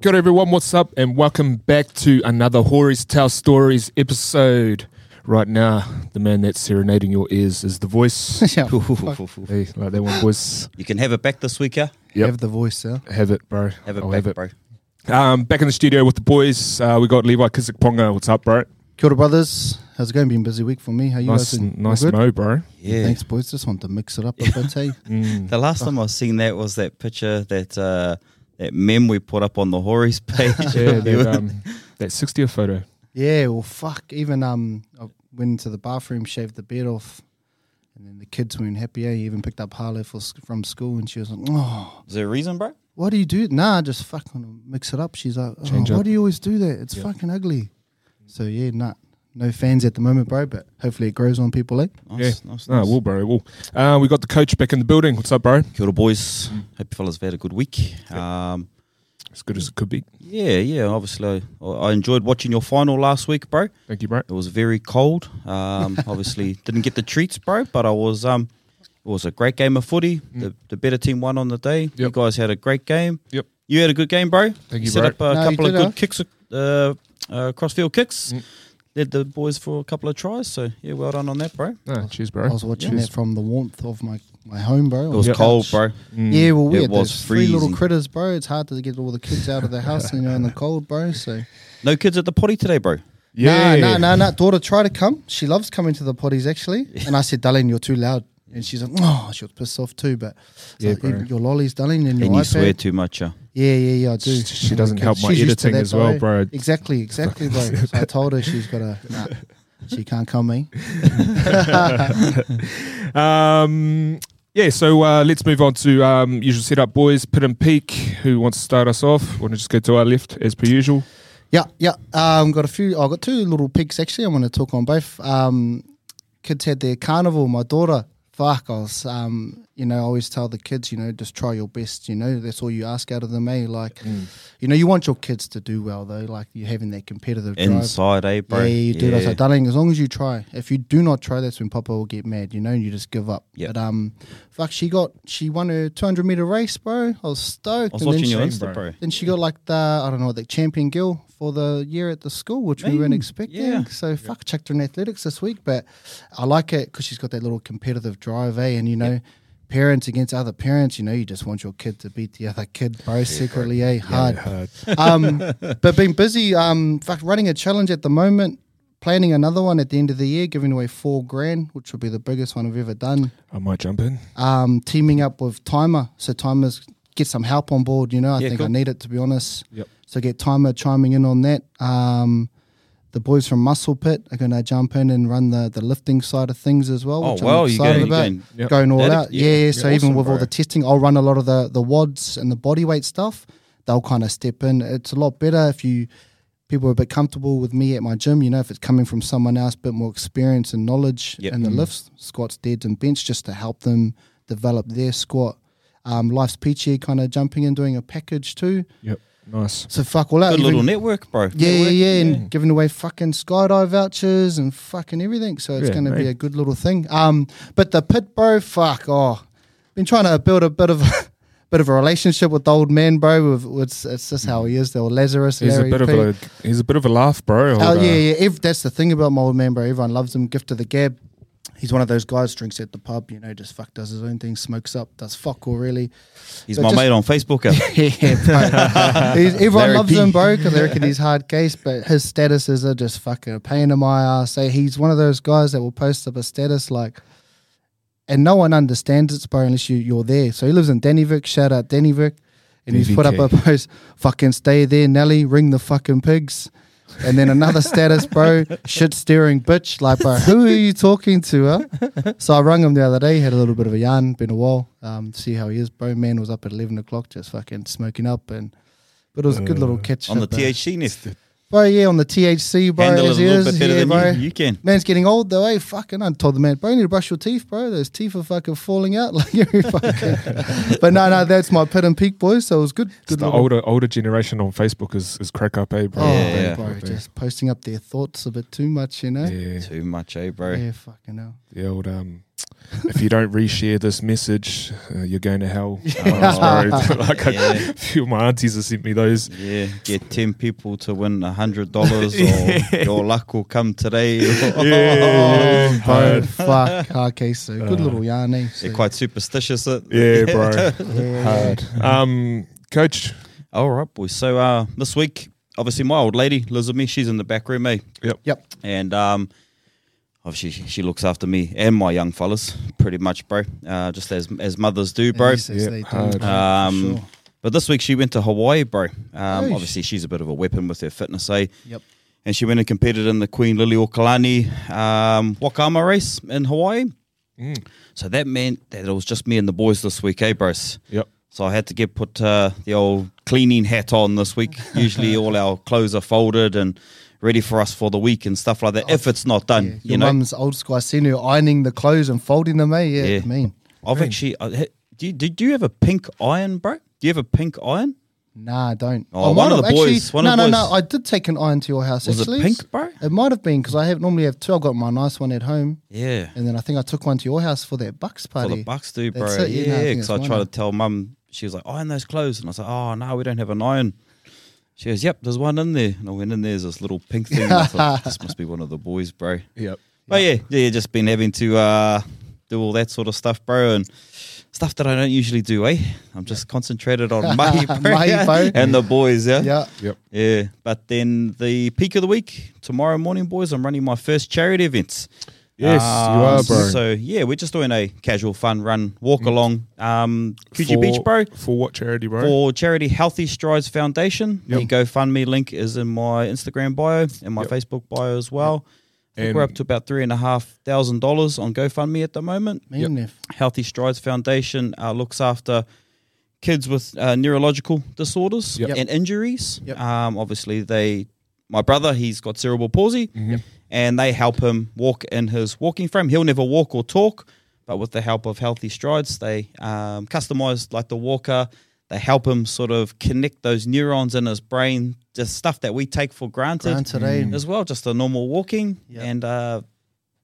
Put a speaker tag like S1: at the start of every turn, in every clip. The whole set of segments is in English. S1: Good everyone, what's up, and welcome back to another Hori's Tell Stories episode. Right now, the man that's serenading your ears is the voice.
S2: yeah,
S1: hey, like that one, voice.
S3: You can have it back this week, yeah?
S1: Yep.
S2: have the voice, yeah.
S1: Have it, bro.
S3: Have it
S1: I'll
S3: back, bro.
S1: Um, back in the studio with the boys. Uh, we got Levi Kizikponga. What's up, bro?
S2: Kia ora, brothers. How's it going? Been a busy week for me. How you
S1: Nice,
S2: guys doing? All
S1: nice
S2: good?
S1: mo, bro.
S3: Yeah.
S2: Thanks, boys. Just wanted to mix it up a bit, hey?
S3: The last time I was seeing that was that picture that uh, that mem we put up on the Hori's page.
S1: Yeah, that, um, that 60th photo.
S2: Yeah, well, fuck. Even um, I went into the bathroom, shaved the beard off, and then the kids weren't happy, eh? Even picked up Harlow for, sc- from school, and she was like, oh,
S3: Is there a reason, bro?
S2: why do you do it? Nah, just fucking mix it up. She's like, oh,
S1: Change
S2: why
S1: up.
S2: do you always do that? It's
S1: Yeah.
S2: fucking ugly. So, yeah, nah. No fans at the moment, bro, but hopefully it grows on people, eh?
S3: Nice,
S1: yeah.
S3: nice,
S1: No,
S3: nice.
S1: it will, Ah, bro. It will. Uh, we got the coach back in the building. What's up, bro?
S3: Kia ora, boys. Hope you fellas have had a good week. Um,
S1: As good as it could be.
S3: yeah, yeah, obviously. I, I enjoyed watching your final last week, bro.
S1: Thank you, bro.
S3: It was very cold. Um, obviously, didn't get the treats, bro, but I was. Um, it was a great game of footy. The, the better team won on the day. You
S1: Mm. Yep.
S3: guys had a great game.
S1: Yep.
S3: You had a good game, bro.
S1: Thank you,
S3: set
S1: bro.
S3: up a
S2: No, you
S3: couple of
S2: did,
S3: good
S2: huh?
S3: kicks, uh, uh, crossfield kicks.
S1: Mm.
S3: Led the boys for a couple of tries. So yeah, well done on that, bro.
S1: No, Ah, cheers,
S2: uh, I
S1: bro.
S2: was watching
S1: Cheers.
S2: that from the warmth of my, my home, bro.
S3: It
S2: on
S3: was
S2: the
S3: cold,
S2: couch.
S3: bro.
S1: Mm.
S2: Yeah, well, we
S3: It
S2: had
S3: was
S2: those three little
S3: freezing.
S2: critters, bro. It's hard to get all the kids out of the house, you know, in the cold, bro. So,
S3: No kids at the potty today, bro.
S1: Yeah.
S2: no, no, no, no. Daughter tried to come. She loves coming to the potties, actually. And I said, Darlene, you're too loud. And she's like, oh, she was pissed off too. But it's
S1: Yeah,
S2: like,
S1: bro.
S2: your lollies, Darlene, and your
S3: and you
S2: iPad.
S3: swear too much, uh, yeah.
S2: Yeah, yeah, yeah, I do.
S1: She- she
S2: I'm
S1: doesn't
S2: like,
S1: help my
S2: she's used to
S1: editing
S2: that,
S1: as well, bro.
S2: Exactly, exactly, bro. So I told her she's got to, nah, she can't come, eh?
S1: Um, yeah, so uh, let's move on to um, usual setup boys, Pit and Peak. Who wants to start us off? Want to just go to our left as per usual?
S2: Yeah, yeah. Um, got a few. I got two little pigs actually. I want to talk on both. Um, kids had their carnival. My daughter, fuck, I was, um, you know, I always tell the kids, you know, just try your best. You know, that's all you ask out of them. Eh? Like, you know, you want your kids to do well though. Like you're having that competitive drive.
S3: Inside, eh, bro?
S2: Yeah, you do. I was
S3: Yeah.
S2: like, darling, as long as you try. If you do not try, that's when Papa will get mad. You know, and you just give up.
S3: Yep.
S2: But um, fuck, she got she won her 200 meter race, bro. I was stoked.
S3: I
S2: and
S3: was
S2: then
S3: watching
S2: she-
S3: your
S1: shame,
S3: Insta,
S1: bro.
S3: bro.
S2: then she got like the I don't know the champion gill for the year at the school, which we weren't
S3: Mm,
S2: expecting.
S3: yeah.
S2: So fuck, checked her in athletics this week, but I like it because she's got that little competitive drive, eh? And you know, parents against other parents, you know, you just want your kid to beat the other kid, bro. secretly, eh? Hard.
S1: Uh,
S2: um, but being busy, um, fuck, running a challenge at the moment, planning another one at the end of the year, giving away four grand, which will be the biggest one I've ever done
S1: I might jump in.
S2: um, teaming up with Timer. So Timer's get some help on board. You know, I
S3: Yeah,
S2: think I
S3: cool.
S2: need it to be honest.
S1: Yep.
S2: So get Timer chiming in on that. Um, the boys from Muscle Pit are going to jump in and run the, the lifting side of things as well.
S3: Oh,
S2: which
S3: wow,
S2: I'm
S3: you're
S2: excited
S3: going- you're
S2: about.
S3: going-
S1: Yep.
S2: Going all
S3: That-
S2: out.
S3: yeah,
S2: Yeah, yeah.
S3: you're
S2: So even
S3: awesome,
S2: with all
S3: bro.
S2: the testing, I'll run a lot of the, the wads and the body weight stuff. They'll kind of step in. It's a lot better if you people are a bit comfortable with me at my gym. You know, if it's coming from someone else, a bit more experience and knowledge
S3: Yep. Mm.
S2: in the lifts, squats, deads, and bench, just to help them develop their squat. Um, Life's peachy, kind of jumping in, doing a package too.
S1: Yep. Nice.
S2: So fuck all out.
S3: Good
S2: even-
S3: little network, bro.
S2: yeah, yeah,
S3: Network,
S2: yeah, and giving away fucking skydive vouchers and fucking everything. So it's
S1: Yeah,
S2: going to be
S1: mate.
S2: a good little thing. Um, but the pit, bro, fuck, oh, been trying to build a bit of. Bit of a relationship with the old man, bro. With, with, it's just how he is. The old Lazarus.
S1: He's a
S2: Larry
S1: bit of
S2: P.
S1: a he's a bit of a laugh, bro.
S2: Oh
S1: Hold, uh,
S2: yeah, yeah. Ev- that's the thing about my old man, bro. Everyone loves him. Gift of the gab. He's one of those guys drinks at the pub, you know, just fuck does his own thing, smokes up, does fuck all really.
S3: He's
S2: But
S3: my
S2: just-
S3: mate on Facebook. uh, yeah.
S2: yeah, bro. He's- everyone
S3: Larry
S2: loves
S3: P.
S2: him, bro, because they reckon he's hard case, but his statuses are just fucking a pain in my ass. So he's one of those guys that will post up a status like, and no one understands it, bro, unless you, you're there. So he lives in Dannyvik. Shout out Dannyvik. And he's put up a post, fucking stay there, Nelly, ring the fucking pigs. And then another status, bro, shit steering bitch. Like, bro, who are you talking to, huh? So I rung him the other day, had a little bit of a yarn, been a while, um, see how he is. Bro, man was up at 11 o'clock just fucking smoking up. and But it was a good little catch.
S3: on the
S2: up, uh,
S3: THC net.
S2: Bro, yeah, on the THC, bro.
S3: Handle it a
S2: as he
S3: little
S2: is,
S3: bit better
S2: yeah,
S3: than
S2: bro.
S3: you, you can.
S2: Man's getting old though, eh? Fucking, I told the man, bro, you need to brush your teeth, bro. Those teeth are fucking falling out. Like every fucking. but no, no, that's my pit and peak, boys. So it was good.
S1: it's
S2: good
S1: the
S2: little-
S1: older older generation on Facebook is is crack up, eh, bro?
S2: Oh,
S3: Yeah, yeah.
S2: bro, just posting up their thoughts a bit too much, you know?
S1: yeah,
S3: Too much, eh, bro.
S2: Yeah, fucking hell.
S1: the old um, if you don't reshare this message, uh, you're going to hell. I'm sorry. like I-
S3: Yeah.
S1: a few of my aunties have sent me those.
S2: Oh,
S3: Yeah, get 10 people to win $100 or your luck will come today.
S2: oh,
S1: Yeah,
S2: Bro,
S1: bro.
S2: fuck, okay, so good little yarn, eh? So-
S3: They're quite superstitious.
S2: oh.
S3: eh?
S1: Yeah, bro.
S2: yeah.
S1: Hard. Um, coach.
S3: All right, boys. So uh, this week, obviously, my old lady lives with me. She's in the back room, eh?
S2: Yep.
S3: And um, obviously, she, she looks after me and my young fellas pretty much, bro. Uh, just as as mothers do, bro.
S2: Yes, yes,
S1: Yep,
S2: they do,
S1: hard.
S2: bro, for
S3: Um,
S2: sure.
S3: But this week she went to Hawaii, bro. Um,
S2: Nice.
S3: obviously, she's a bit of a weapon with her fitness, eh?
S2: Yep.
S3: And she went and competed in the Queen Liliuokalani um, Wakama race in Hawaii.
S1: Mm.
S3: So that meant that it was just me and the boys this week, eh, bros?
S1: Yep.
S3: So I had to get put uh, the old cleaning hat on this week. Usually, all our clothes are folded and ready for us for the week and stuff like that. if it's not done,
S2: Yeah.
S3: you
S2: Your
S3: know.
S2: mum's old school. I seen her ironing the clothes and folding them, eh? Yeah,
S3: Yeah.
S2: mean.
S3: I've actually. I, ha- do, you, do you have a pink iron, bro? Do you have a pink iron?
S2: Nah, I don't.
S3: Oh, one of the boys, one
S2: no,
S3: of
S2: no,
S3: the
S2: no.
S3: boys.
S2: I did take an iron to your house.
S3: Was it
S2: actually.
S3: pink, bro?
S2: It might have been because I have normally have two. I've got my nice one at home,
S3: Yeah.
S2: and then I think I took one to your house for that bucks
S3: For
S2: party.
S3: the bucks, do, bro.
S2: That's it, yeah, no, I
S3: yeah,
S2: think
S3: because
S2: it's
S3: I
S2: one
S3: tried to
S2: iron.
S3: tell mum. She was like, iron those clothes. And I was like, oh, no, we don't have an iron. She goes, yep, there's one in there. And I went in there, there's this little pink thing. and I thought, this must be one of the boys, bro.
S1: Yep.
S3: But yeah, yeah, just been having to uh, do all that sort of stuff, bro, and stuff that I don't usually do, eh? I'm just concentrated on mahi, bro,
S2: Mahi, bro.
S3: and the boys, yeah?
S2: yeah,
S1: Yep.
S3: Yeah. But then the peak of the week, tomorrow morning, boys, I'm running my first charity event.
S1: Yes, you are,
S3: Um,
S1: bro. Mm.
S3: So yeah, we're just doing a casual fun run, walk along, um, QG
S1: For-
S3: Beach, bro.
S1: For what charity, bro?
S3: For charity Healthy Strides Foundation,
S1: Yep.
S3: the GoFundMe link is in my Instagram bio and my
S1: Yep.
S3: Facebook bio as well. I think
S1: And-
S3: we're up to about three and a half thousand dollars on GoFundMe at the moment.
S2: mean if
S3: Healthy Strides Foundation uh, looks after kids with uh, neurological disorders
S1: Yep.
S3: and injuries.
S2: Yep.
S3: Um, obviously, they, my brother, he's got cerebral palsy, and they help him walk in his walking frame. He'll never walk or talk, but with the help of Healthy Strides, they um, customize like the walker. They help him sort of connect those neurons in his brain, just stuff that we take for granted
S2: Grant today.
S3: as well, just a normal walking.
S2: Yeah.
S3: And uh,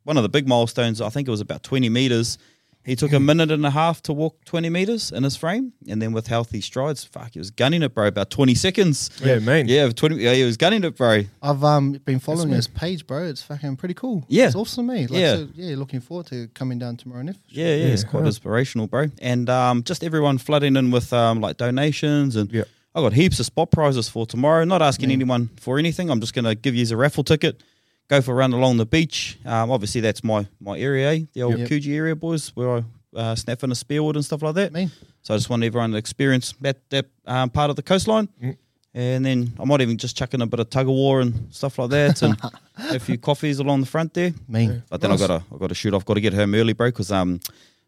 S3: one of the big milestones, I think it was about 20 meters. He took a minute and a half to walk 20 meters in his frame. And then with healthy strides, fuck, he was gunning it, bro, about 20 seconds.
S1: yeah, man.
S3: Yeah, 20, yeah he was gunning it, bro.
S2: I've um been following
S1: That's
S2: his page, bro. It's fucking pretty cool.
S3: Yeah.
S2: it's awesome, eh? Like,
S3: Yeah.
S2: so, yeah. Looking forward to coming down tomorrow, Nif.
S3: Yeah, yeah, it's quite
S1: Yeah.
S3: inspirational, bro. And um, just everyone flooding in with um, like donations and
S1: Yeah.
S3: I got heaps of spot prizes for tomorrow. Not asking anyone for anything. I'm just gonna give you a raffle ticket. Go for a run along the beach. Um, obviously that's my my area, eh? the old
S2: Yep.
S3: Coogee area, boys, where I uh, snap in a spearwood and stuff like that.
S2: Mean.
S3: So I just want everyone to experience that that um, part of the coastline.
S1: Mm.
S3: And then I might even just chuck in a bit of tug of war and stuff like that, and a few coffees along the front there.
S2: Mean.
S3: But then I
S1: Nice.
S3: gotta I gotta shoot. I've got to get home early, bro, because um,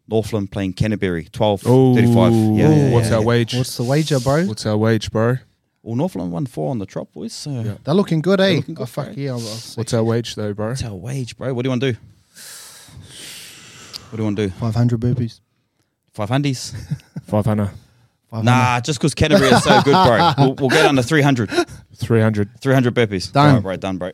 S3: Northland playing Canterbury, 12,
S1: Oh,
S3: 35. Yeah, yeah, yeah,
S1: what's
S3: yeah.
S1: our wage?
S2: What's the wager, bro?
S1: What's our wage, bro?
S3: Well, Northland won four on the trot, boys. So
S1: Yeah.
S2: They're looking good, eh?
S3: looking
S2: oh
S3: good,
S2: fuck
S3: bro.
S2: yeah! I'll, I'll
S1: What's our wage, though, bro?
S3: That's our wage, bro. What do you want to do? What do you want to do?
S2: Five hundred burpees.
S3: Five hundies?
S1: 500.
S2: 500.
S3: Nah, just because Canterbury is so good, bro. We'll, we'll get under 300.
S1: 300.
S3: 300 burpees.
S2: Done.
S3: Right, bro. Done, bro.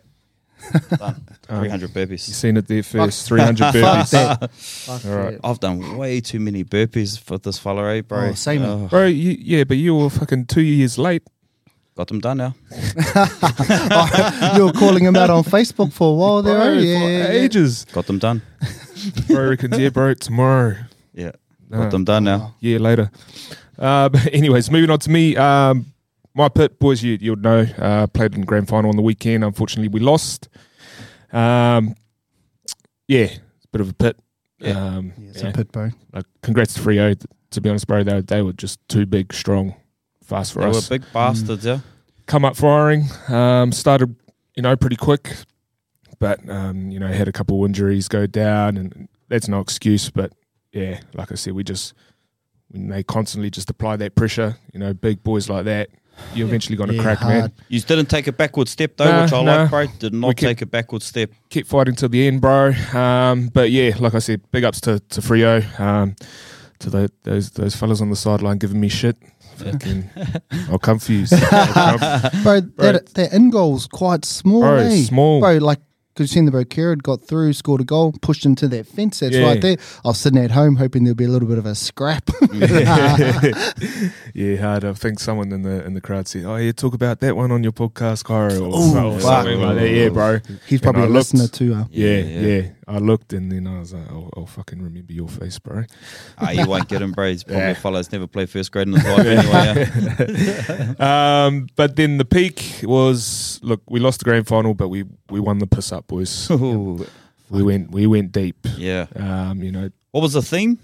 S3: Done. 300
S1: You
S3: burpees.
S1: seen it there first. 300
S2: Fuck
S1: burpees.
S2: that. Fuck
S1: All right.
S2: that.
S3: I've done way too many burpees for this fella, eh, bro.
S2: Oh, same, mate.
S3: Ugh,
S1: Bro, you, yeah, but you were fucking two years late.
S3: got them done now.
S2: you were Oh, calling him out on Facebook for a while there,
S1: bro,
S2: eh?
S1: for
S2: Yeah, yeah, yeah.
S1: ages.
S3: Got them done.
S1: bro reckons, yeah, bro, tomorrow.
S3: Yeah.
S1: Nah.
S3: Got them done
S2: Oh,
S3: now.
S1: Yeah, later. Uh, but anyways, moving on to me. Um, my pit boys, you, you'll know, uh, played in grand final on the weekend. Unfortunately, we lost. Um, yeah, it's a bit of a pit.
S3: Yeah.
S1: Um,
S2: Yeah, it's
S1: yeah.
S2: a pit, bro.
S1: Like, congrats to Frio. Th- To be honest, bro, they, they were just too big, strong, fast for
S3: They were
S1: us.
S3: big bastards, yeah.
S1: Come up firing. Um, started, you know, pretty quick, but um, you know, had a couple injuries go down, and that's no excuse. But yeah, like I said, we just when they constantly just apply that pressure, you know, big boys like that, you're eventually going to
S2: Yeah,
S1: crack, man.
S2: hard.
S3: You didn't take a backward step, though,
S1: Nah,
S3: which I
S1: nah.
S3: like, bro. Did not
S1: We kept-
S3: take a backward step.
S1: kept fighting till the end, bro. Um, but yeah, like I said, big ups to to Frio, um, to tho- those those fellas on the sideline giving me shit. Fucking, I'll come for you. I'll come.
S2: Bro, that, that in goal's quite small,
S1: Bro,
S2: eh?
S1: small.
S2: Bro, like because seen the bro Kerrod got through, scored a goal, pushed into that fence. That's
S1: Yeah.
S2: right there. I was sitting at home hoping there'll be a little bit of a scrap.
S1: yeah, hard. I think someone in the in the crowd said, "Oh yeah, talk about that one on your podcast, Kyra, or,
S2: Ooh,
S1: so- or
S2: fuck.
S1: something like that." Yeah, bro.
S2: He's probably a
S1: And I looked.
S2: listener too. Uh,
S1: Yeah,
S3: Yeah,
S1: yeah,
S3: yeah.
S1: I looked and then I was like, "I'll, I'll fucking remember your face, bro."
S3: Ah, you won't get him, bro. He's probably
S1: Yeah.
S3: a fellow that's never played first grade in his life anyway. yeah.
S1: Um, but then the peak was look, we lost the grand final, but we we won the piss up, boys.
S3: Ooh,
S1: we went we went deep.
S3: yeah.
S1: Um, you know,
S3: What was the theme?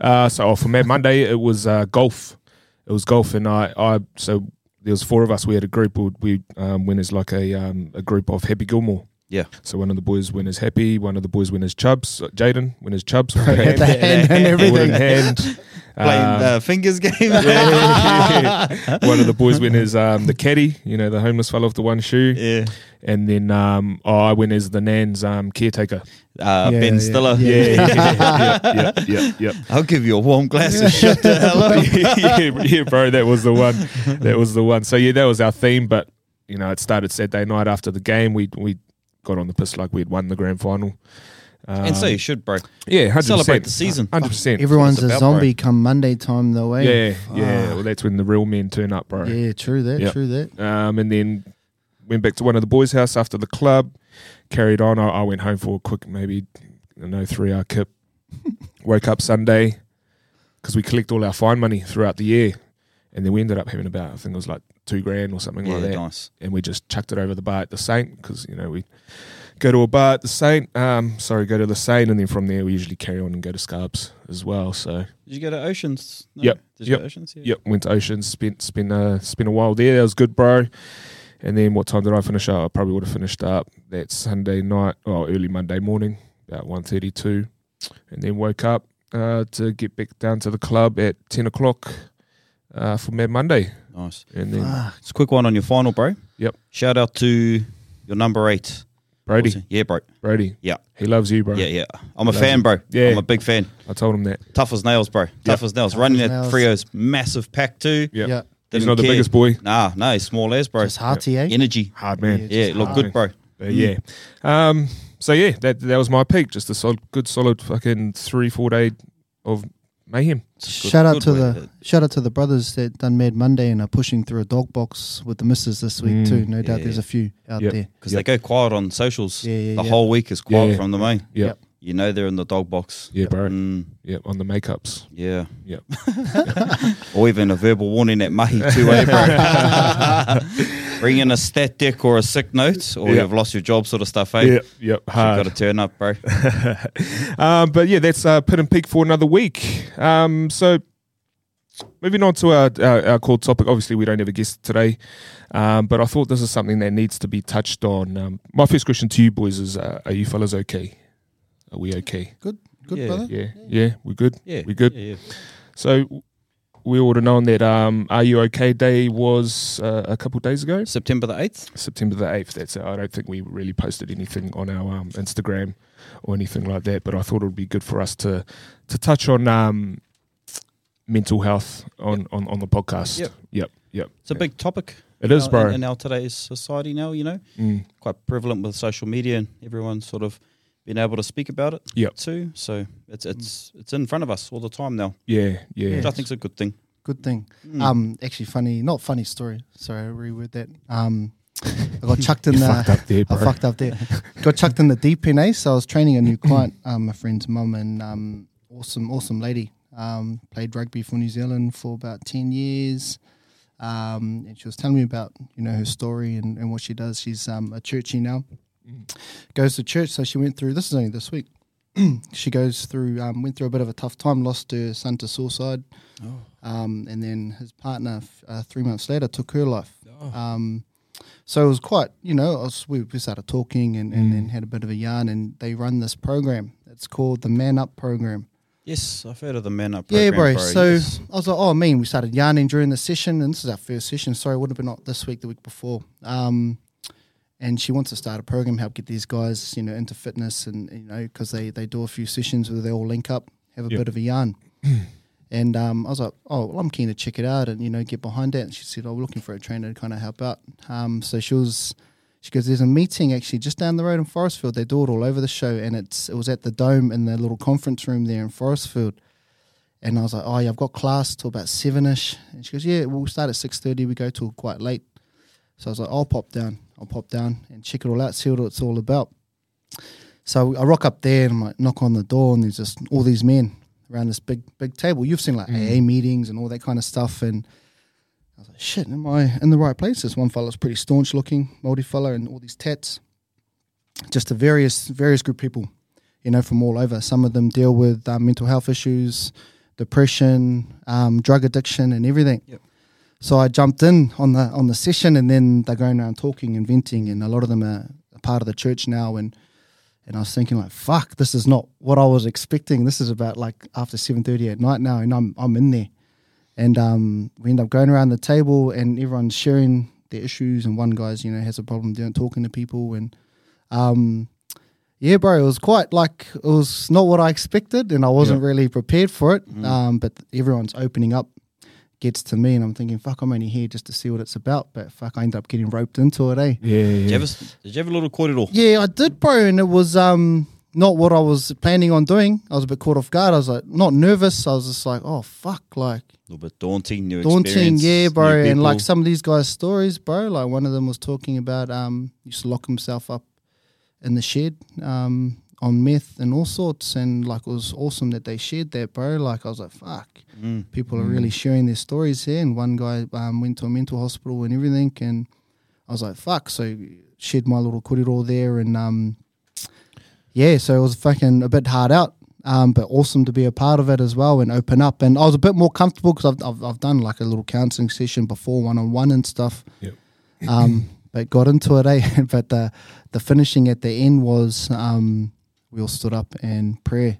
S1: Uh, so for Mad Monday, it was uh, golf. It was golf, and I, I so there was four of us. We had a group. We, we um, went as like a um, a group of Happy Gilmore.
S3: Yeah.
S1: So one of the boys went as Happy. One of the boys went as Chubbs. uh, Jaden went as Chubbs. Hand,
S2: Had the
S1: hand,
S2: hand and
S1: hand,
S2: everything.
S1: hand.
S3: Playing
S1: Um,
S3: the fingers game.
S1: yeah, yeah. One of the boys went as um, the caddy, you know, the homeless fellow with the one shoe,
S3: yeah.
S1: and then um, I went as the nan's um, caretaker.
S3: Uh,
S2: Yeah,
S3: ben
S2: yeah,
S3: Stiller.
S2: yeah.
S1: yeah, yeah, yeah, yeah.
S3: I'll give you a warm glass of shit to hell up.
S1: yeah, yeah, bro, that was the one. That was the one. So yeah, that was our theme. But you know, it started Saturday night after the game. We we got on the piss like we'd won the grand final. Um,
S3: And so you should, bro.
S1: yeah, 100%,
S3: celebrate the season.
S1: hundred percent.
S2: Everyone's
S3: It's
S2: a
S3: about,
S2: zombie come Monday time though. Eh?
S1: Yeah, yeah. Well, that's when the real men turn up, bro.
S2: yeah. True that.
S1: Yeah.
S2: True that.
S1: Um, and then went back to one of the boys' house after the club. Carried on. I, I went home for a quick, maybe I know three hour kip. Woke up Sunday because we collect all our fine money throughout the year, and then we ended up having about I think it was like two grand or something
S3: Yeah,
S1: like that
S3: nice.
S1: and we just chucked it over the bar at the Saint because you know we go to a bar at the Saint. Um, sorry, go to the Saint, and then from there we usually carry on and go to Scarbs as well. So
S3: Did you go to Oceans? No?
S1: Yep.
S3: Did you go
S1: Yep.
S3: to Oceans? Yeah.
S1: yep, went to Oceans, spent spent uh, spent a while there. That was good, bro. And then what time did I finish up? I probably would have finished up that Sunday night or early Monday morning, about one thirty two, and then woke up uh, to get back down to the club at ten o'clock uh, for Mad Monday,
S3: Nice.
S1: and then
S2: Fuck.
S3: It's a quick one on your final, bro.
S1: Yep.
S3: Shout out to your number eight.
S1: Brady,
S3: Awesome. Yeah, bro.
S1: Brady,
S3: Yeah.
S1: he loves you, bro.
S3: Yeah, yeah. I'm a
S1: Love
S3: fan,
S1: it.
S3: bro.
S1: Yeah.
S3: I'm a big fan.
S1: I told him that.
S3: Tough as nails, bro. Tough as nails. Running
S2: as
S3: at
S2: nails.
S3: Frio's massive pack too.
S1: Yeah.
S2: Yeah.
S1: He's
S3: Didn't
S1: not the
S3: care.
S1: biggest boy.
S3: Nah, no, he's small as, bro.
S2: Just hearty, eh?
S3: Energy.
S1: Hard man.
S2: Yeah,
S3: Yeah,
S2: Just
S3: look good, bro.
S1: But yeah. Um, so yeah, that that was my peak. Just a solid, good, solid fucking three, four day of mayhem.
S3: Good-
S2: Shout out
S3: good
S2: to
S3: way
S2: the shout out to the brothers that done Mad Monday and are pushing through a dog box with the missus this week
S1: Mm.
S2: too. No doubt,
S3: Yeah.
S2: there's a few out
S1: Yep.
S2: there.
S3: because they go quiet on socials.
S2: Yeah, yeah,
S3: the
S2: yeah.
S3: whole week is quiet
S1: Yeah.
S3: from the main.
S1: Yeah,
S2: Yep.
S3: You know they're in the dog box.
S1: yeah, bro.
S3: Mm,
S1: Yeah, on the makeups.
S3: yeah.
S1: Yeah,
S3: Or even a verbal warning at Mahi too, eh, bro? Bring in a stat deck or a sick note, or
S1: Yeah.
S3: you've lost your job, sort of stuff, eh?
S1: yeah, yeah.
S3: You've got to
S1: Hard.
S3: turn up, bro.
S1: um, but yeah, that's uh, pit and peak for another week. Um, so moving on to our, our our core topic. Obviously, we don't have a guest today, um, but I thought this is something that needs to be touched on. Um, my first question to you boys is: uh, Are you fellas okay? Are we okay?
S2: Good, good
S3: Yeah.
S2: brother.
S1: Yeah, yeah, we're good.
S3: Yeah,
S1: We good?
S3: Yeah, yeah.
S1: So we would have known that um, Are You OK Day was uh, a couple days ago,
S3: September the eighth.
S1: September the 8th. That's it. I don't think we really posted anything on our um, Instagram or anything like that, but I thought it would be good for us to to touch on um, mental health on, on, on the podcast.
S3: Yep.
S1: yep, yep.
S3: It's a big topic.
S1: It is,
S3: in-
S1: bro.
S3: In, our today's society now, you know,
S1: Mm,
S3: quite prevalent with social media and everyone sort of being able to speak about it
S1: Yep.
S3: too. So it's it's it's in front of us all the time now,
S1: yeah, yeah.
S3: which I think's a good thing.
S2: Good thing.
S3: Mm.
S2: Um, actually, funny, not funny story. Sorry, I reword that. Um, I got chucked in uh,
S1: You
S2: the.
S1: fucked up there,
S2: I
S1: bro.
S2: fucked up there. Got chucked in the deep end, eh? So I was training a new client, um, my friend's mum, and um, awesome, awesome lady. Um, played rugby for New Zealand for about ten years, um, and she was telling me about you know her story and, and what she does. She's um, a churchy now, goes to church. So she went through. This is only this week. she goes through, um, went through a bit of a tough time. Lost her son to suicide, um, and then his partner f- uh, three months later took her life. Um, so it was quite, you know, I was, we, we started talking and, and then had a bit of a yarn, and they run this program. It's called the Man Up Program.
S3: Yes, I've heard of the Man Up.
S2: Yeah, bro.
S3: program,
S2: So
S3: yes.
S2: I was like, oh, I mean, we started yarning during the session, and this is our first session. Sorry, it would have been not this week, the week before. Um, and she wants to start a program, help get these guys, you know, into fitness, and you know, because they they do a few sessions where they all link up, have a
S1: Yep.
S2: bit of a yarn. and um, I was like, oh, well, I'm keen to check it out, and you know, get behind that. And she said, oh, we're looking for a trainer to kind of help out. Um, so she was. She goes, "There's a meeting actually just down the road in Forestfield. They do it all over the show, and it's it was at the Dome in the little conference room there in Forestfield." And I was like, "Oh yeah, I've got class till about seven ish." And she goes, "Yeah, we'll start at six thirty. We go till quite late." So I was like, "I'll pop down. I'll pop down and check it all out, see what it's all about." So I rock up there and I'm like, knock on the door, and there's just all these men around this big big table. You've seen like AA meetings and all that kind of stuff, and I was like, shit, am I in the right place? This one fella's pretty staunch looking, Maori fella, and all these tats. Just the various various group people, you know, from all over. Some of them deal with um, mental health issues, depression, um, drug addiction, and everything.
S3: Yep.
S2: So I jumped in on the on the session, and then they're going around talking and venting, and a lot of them are a part of the church now, and and I was thinking like, fuck, this is not what I was expecting. This is about like after seven thirty at night now, and I'm I'm in there, and um, we end up going around the table and everyone's sharing their issues, and one guy's you know has a problem doing talking to people, and um, yeah, bro, it was quite like it was not what I expected, and I wasn't really prepared for it. Um, but everyone's opening up gets to me, and I'm thinking, fuck, I'm only here just to see what it's about, but fuck, I end up getting roped into it, eh?
S1: Yeah,
S3: Did you
S1: yeah.
S3: have a, did you have a little corridor?
S2: Yeah, I did, bro, and it was um not what I was planning on doing. I was a bit caught off guard. I was like not nervous. I was just like, oh fuck, like
S3: A little bit daunting, new
S2: daunting,
S3: experience,
S2: yeah,
S3: new
S2: bro. And like
S3: people.
S2: some of these guys' stories, bro. Like one of them was talking about um used to lock himself up in the shed um on meth and all sorts, and like it was awesome that they shared that, bro. Like I was like, fuck,
S3: Mm.
S2: people are really sharing their stories here. And one guy um, went to a mental hospital and everything, and I was like, fuck. So shared my little corridor there, and um, yeah, so it was fucking a bit hard out, um, but awesome to be a part of it as well and open up. And I was a bit more comfortable because I've, I've I've done like a little counselling session before, one on one and stuff.
S1: Yep.
S2: Um, but got into it, eh? but the the finishing at the end was um, we all stood up and prayer.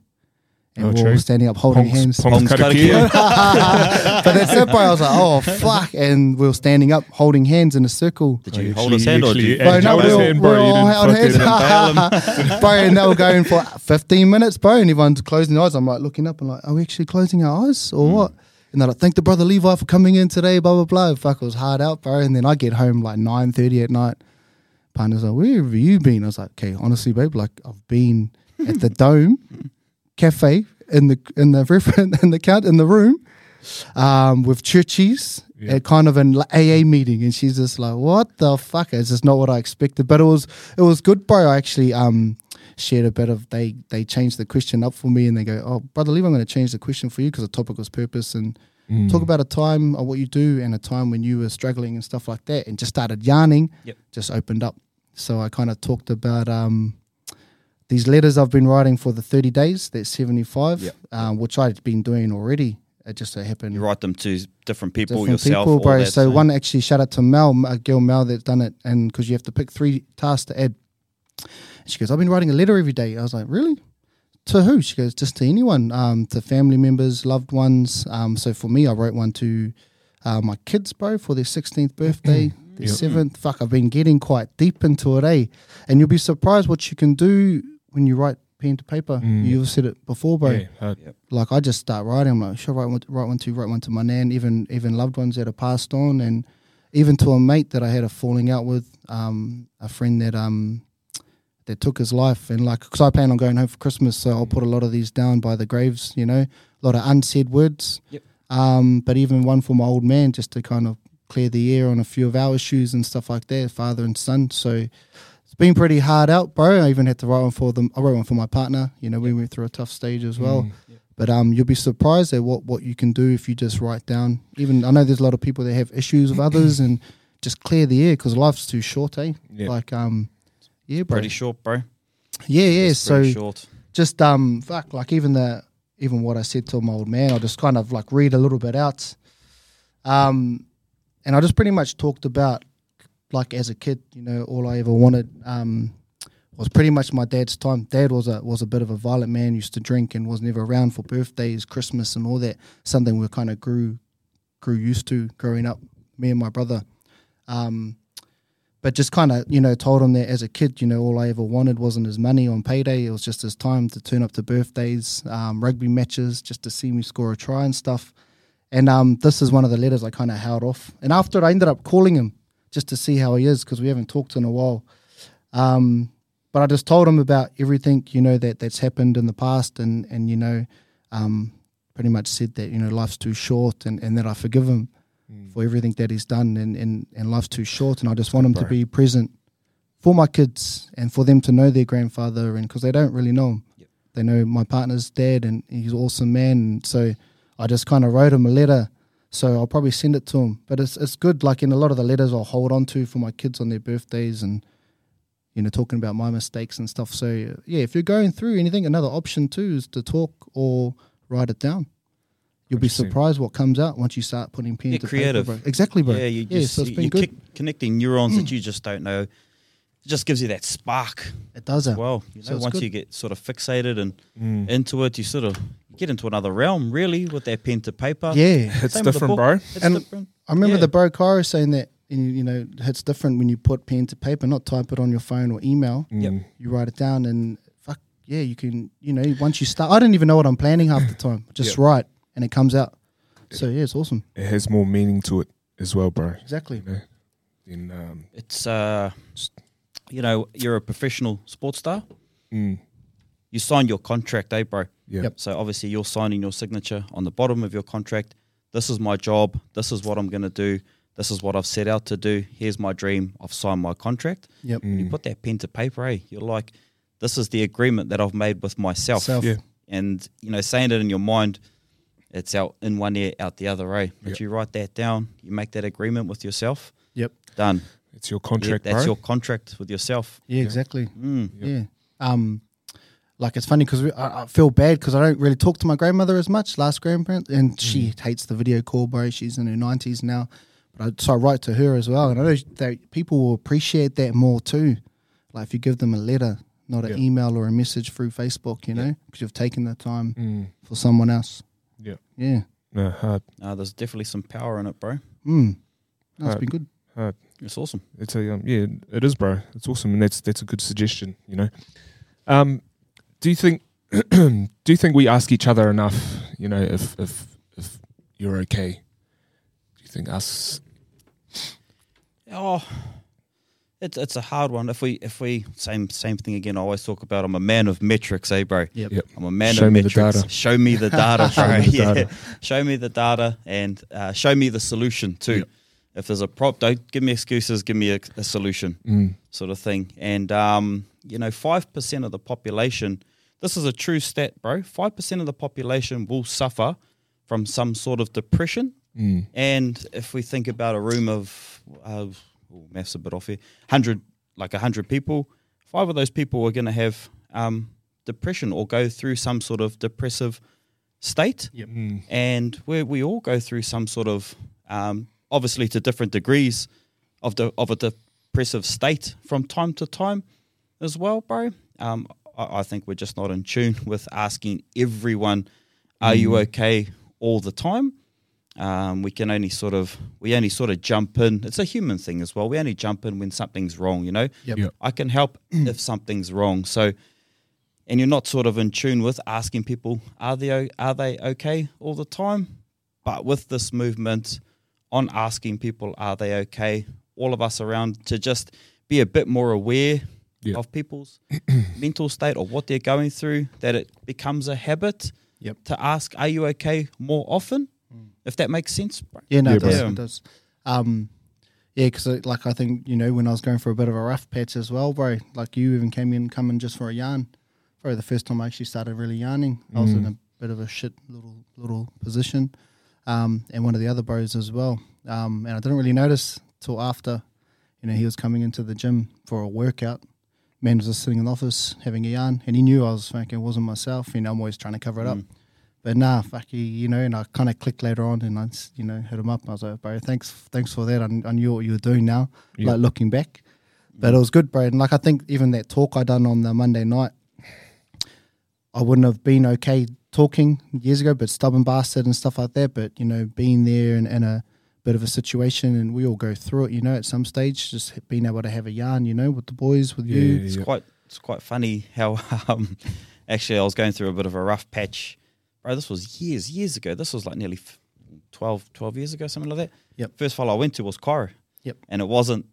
S2: And
S1: Oh,
S2: we we're
S1: true.
S2: all standing up holding
S1: Pongs-
S2: hands.
S1: Pongs
S3: Pongs
S1: Karakia.
S3: Karakia.
S2: but that's it, bro. I was like, oh fuck, and we were standing up, holding hands in a circle.
S3: Did
S1: Oh,
S3: you
S1: you
S3: hold his
S1: actually-
S3: hand or
S1: actually-
S3: did you?
S1: you
S2: Bro, no,
S1: held his
S2: we all,
S1: hand,
S2: we
S1: bro.
S2: were
S1: You
S2: all
S1: didn't
S2: held hands,
S1: fucking
S2: bro, and they were going for 15 minutes, bro, and everyone's closing their eyes. I'm like looking up and like, are we actually closing our eyes or what? And they're like, thank the brother Levi for coming in today, blah blah blah. Fuck, it was hard out, bro. And then I get home like 9:30 at night. Partner's like, where have you been? I was like, okay, honestly, babe, like I've been at the Dome Cafe in the in the reference in the count in the room um, with churches
S1: Yeah.
S2: at kind of an AA meeting, and she's just like, "What the fuck? Is this not what I expected?" But it was it was good, bro. I actually um, shared a bit of they they changed the question up for me, and they go, "Oh, brother, Leave, I'm going to change the question for you because the topic was purpose and."
S3: Mm.
S1: Mm.
S2: Talk about a time of what you do and a time when you were struggling and stuff like that, and just started yarning.
S3: Yep.
S2: Just opened up. So I kind of talked about um, these letters I've been writing for the 30 days, that's 75,
S3: Yep.
S2: um, which I'd been doing already. It just so happened
S3: You write them to different people,
S2: different
S3: yourself,
S2: people,
S3: all
S2: bro.
S3: that,
S2: So one actually shout out to Mel, a girl Mel that's done it, and because you have to pick three tasks to add. She goes, I've been writing a letter every day. I was like, really? To who? She goes, just to anyone, um, to family members, loved ones. Um, so for me, I wrote one to uh, my kids, bro, for their 16th birthday, their
S1: Yep.
S2: seventh. Fuck, I've been getting quite deep into it, eh? And you'll be surprised what you can do when you write pen to paper.
S1: Mm.
S2: You've said it before, bro
S1: Yeah, uh, hard.
S2: like I just start writing. I'm like, sure, write one, write one to, write one to my nan, even even loved ones that have passed on, and even to a mate that I had a falling out with, um, a friend that um that took his life, and like, cause I plan on going home for Christmas, so I'll put a lot of these down by the graves, you know, a lot of unsaid words.
S3: Yep.
S2: Um, but even one for my old man, just to kind of clear the air on a few of our issues and stuff like that, father and son. So. It's been pretty hard out, bro. I even had to write one for them. I wrote one for my partner. You know, we went through a tough stage as well.
S1: mm,
S2: But um, you'll be surprised at what, what you can do if you just write down. Even I know there's a lot of people that have issues with others and just clear the air because life's too short, eh?
S1: Yeah.
S2: Like um, yeah, bro.
S3: pretty short, bro.
S2: yeah, yeah.
S3: It's
S2: so
S3: pretty short.
S2: just um, fuck. Like even the even what I said to my old man, I just kind of like read a little bit out. Um, and I just pretty much talked about like as a kid, you know, all I ever wanted um was pretty much my dad's time. Dad was a was a bit of a violent man, used to drink and was never around for birthdays, Christmas, and all that. Something we kind of grew grew used to growing up, me and my brother. Um, but just kind of you know told him that as a kid, you know, all I ever wanted wasn't his money on payday. It was just his time to turn up to birthdays, um, rugby matches, just to see me score a try and stuff. And um, this is one of the letters I kind of held off. And after it, I ended up calling him just to see how he is because we haven't talked in a while. Um, but I just told him about everything you know that that's happened in the past, and and you know, um, pretty much said that you know life's too short, and, and that I forgive him
S1: Mm.
S2: for everything that he's done, and and, and life's too short, and I just want him to
S1: bro.
S2: be present for my kids and for them to know their grandfather, and because they don't really know him,
S3: Yep.
S2: they know my partner's dad, and he's an awesome man. And so I just kind of wrote him a letter. So I'll probably send it to him, but it's it's good. Like in a lot of the letters, I'll hold on to for my kids on their birthdays and you know, talking about my mistakes and stuff. So uh, yeah, if you're going through anything, another option too is to talk or write it down. You'll be
S1: Interesting.
S2: surprised what comes out once you start putting pen
S3: Get
S2: to
S3: creative.
S2: paper. Bro. Exactly, bro.
S3: Yeah, you
S2: yeah,
S3: just,
S2: so it's
S3: you-
S2: been
S3: you're
S2: good. Mm.
S3: kick- connecting neurons that you just don't know. It just gives you that spark.
S2: it does that.
S3: Well, you know,
S2: So it's
S3: once
S2: good.
S3: you get sort of fixated and
S1: Mm.
S3: into it, you sort of get into another realm, really, with that pen to paper.
S2: yeah,
S1: It's
S3: Same with the
S1: different,
S3: book.
S1: bro.
S3: It's
S2: And-
S3: different.
S2: I remember
S3: Yeah.
S2: the bro Cairo saying that. And you, you know, it's different when you put pen to paper, not type it on your phone or email.
S1: Mm.
S3: Yep.
S2: You write it down, and fuck yeah, you can. You know, once you start, I didn't even know what I'm planning half the time. Just write, and it comes out. So yeah, it's awesome.
S1: It has more meaning to it as well, bro.
S2: Exactly.
S1: You know? Then, um,
S3: It's, uh, you know, you're a professional sports star.
S1: mm,
S3: You sign your contract, eh, bro?
S1: yeah.
S2: Yep.
S3: So obviously, you're signing your signature on the bottom of your contract. This is my job. This is what I'm going to do. This is what I've set out to do. Here's my dream. I've signed my contract.
S2: Yep.
S3: When
S1: Mm.
S3: you put that pen to paper, eh, you're like, this is the agreement that I've made with myself.
S2: Self.
S1: Yeah.
S3: And, you know, saying it in your mind, it's out in one ear, out the other, eh? But
S1: Yep.
S3: you write that down, you make that agreement with yourself.
S2: Yep.
S3: Done.
S1: It's your
S3: Yeah,
S1: contract,
S3: that's
S1: bro.
S3: your contract with yourself.
S2: Yeah, exactly.
S3: Mm.
S1: Yep.
S2: Yeah. Um, like it's funny because I, I feel bad because I don't really talk to my grandmother as much. Last grandparent, and she hates the video call, bro. She's in her nineties now, but I, so I write to her as well, and I know that people will appreciate that more too. Like if you give them a letter, not an
S1: Yeah.
S2: email or a message through Facebook, you know, because you've taken the time
S1: mm,
S2: for someone else.
S1: yeah.
S2: Yeah.
S1: No, hard,
S3: Uh, there's definitely some power in it, bro.
S2: Mm. That's
S1: Uh,
S2: been good.
S1: hard.
S3: It's awesome.
S1: It's a um, yeah, it is, bro. It's awesome, and that's that's a good suggestion. You know, um, do you think do you think we ask each other enough? You know, if if if you're okay, do you think us?
S3: Oh, it's it's a hard one. If we if we same same thing again. I always talk about. I'm a man of metrics, eh, bro.
S2: Yep.
S1: Yep.
S3: I'm a man
S1: Show
S3: of
S1: me the
S3: metrics.
S1: data.
S3: Show me the data,
S1: Show
S3: bro.
S1: me the
S3: yeah,
S1: data.
S3: show me the data and uh, show me the solution too.
S1: Yep.
S3: If there's a prop, don't give me excuses. Give me a, a solution,
S1: Mm,
S3: sort of thing. And um, you know, five percent of the population. This is a true stat, bro. Five percent of the population will suffer from some sort of depression
S1: mm,
S3: and if we think about a room of, uh, oh, maths a bit off here, hundred like hundred people, five of those people are going to have um, depression or go through some sort of depressive state,
S1: mm,
S3: and we we all go through some sort of, um, obviously to different degrees, of the of a depressive state from time to time, as well, bro. Um, I, I think we're just not in tune with asking everyone, "Are you okay?" all the time um, we can only sort of we only sort of jump in. It's a human thing as well. We only jump in when something's wrong. You know,
S2: Yep.
S1: Yep.
S3: I can help if something's wrong. So, and you're not sort of in tune with asking people are they o- are they okay all the time. But with this movement on asking people are they okay, all of us around to just be a bit more aware
S1: Yeah.
S3: of people's mental state or what they're going through, that it becomes a habit
S2: Yep.
S3: to ask are you okay more often if that makes sense. bro.
S2: Yeah, no,
S1: Yeah,
S2: it does.
S3: bro.
S2: It does. Um, yeah, because like I think you know when I was going for a bit of a rough patch as well, bro. Like you even came in coming just for a yarn, bro. The first time I actually started really yarning, I was in a bit of a shit little little position, um, and one of the other bros as well. Um, and I didn't really notice till after, you know, he was coming into the gym for a workout. Man was just sitting in the office having a yarn, and he knew I was fucking wasn't myself. You know, I'm always trying to cover it up. But nah, fuck you, you know. And I kind of clicked later on, and I, s- you know, hit him up. And I was like, bro, thanks, thanks for that. I, kn- I knew what you were doing now,
S1: Yeah.
S2: like looking back. But it was good, bro. And like I think even that talk I done on the Monday night, I wouldn't have been okay talking years ago, but stubborn bastard and stuff like that. But you know, being there and in a bit of a situation, and we all go through it, you know, at some stage, just being able to have a yarn, you know, with the boys, with
S1: yeah,
S2: you.
S1: yeah,
S3: It's
S1: yeah.
S3: quite it's quite funny how um, actually I was going through a bit of a rough patch, bro. This was years years ago. This was like nearly f- 12, 12 years ago, something like that.
S2: Yep.
S3: First fellow I went to was Cairo.
S2: Yep.
S3: And it wasn't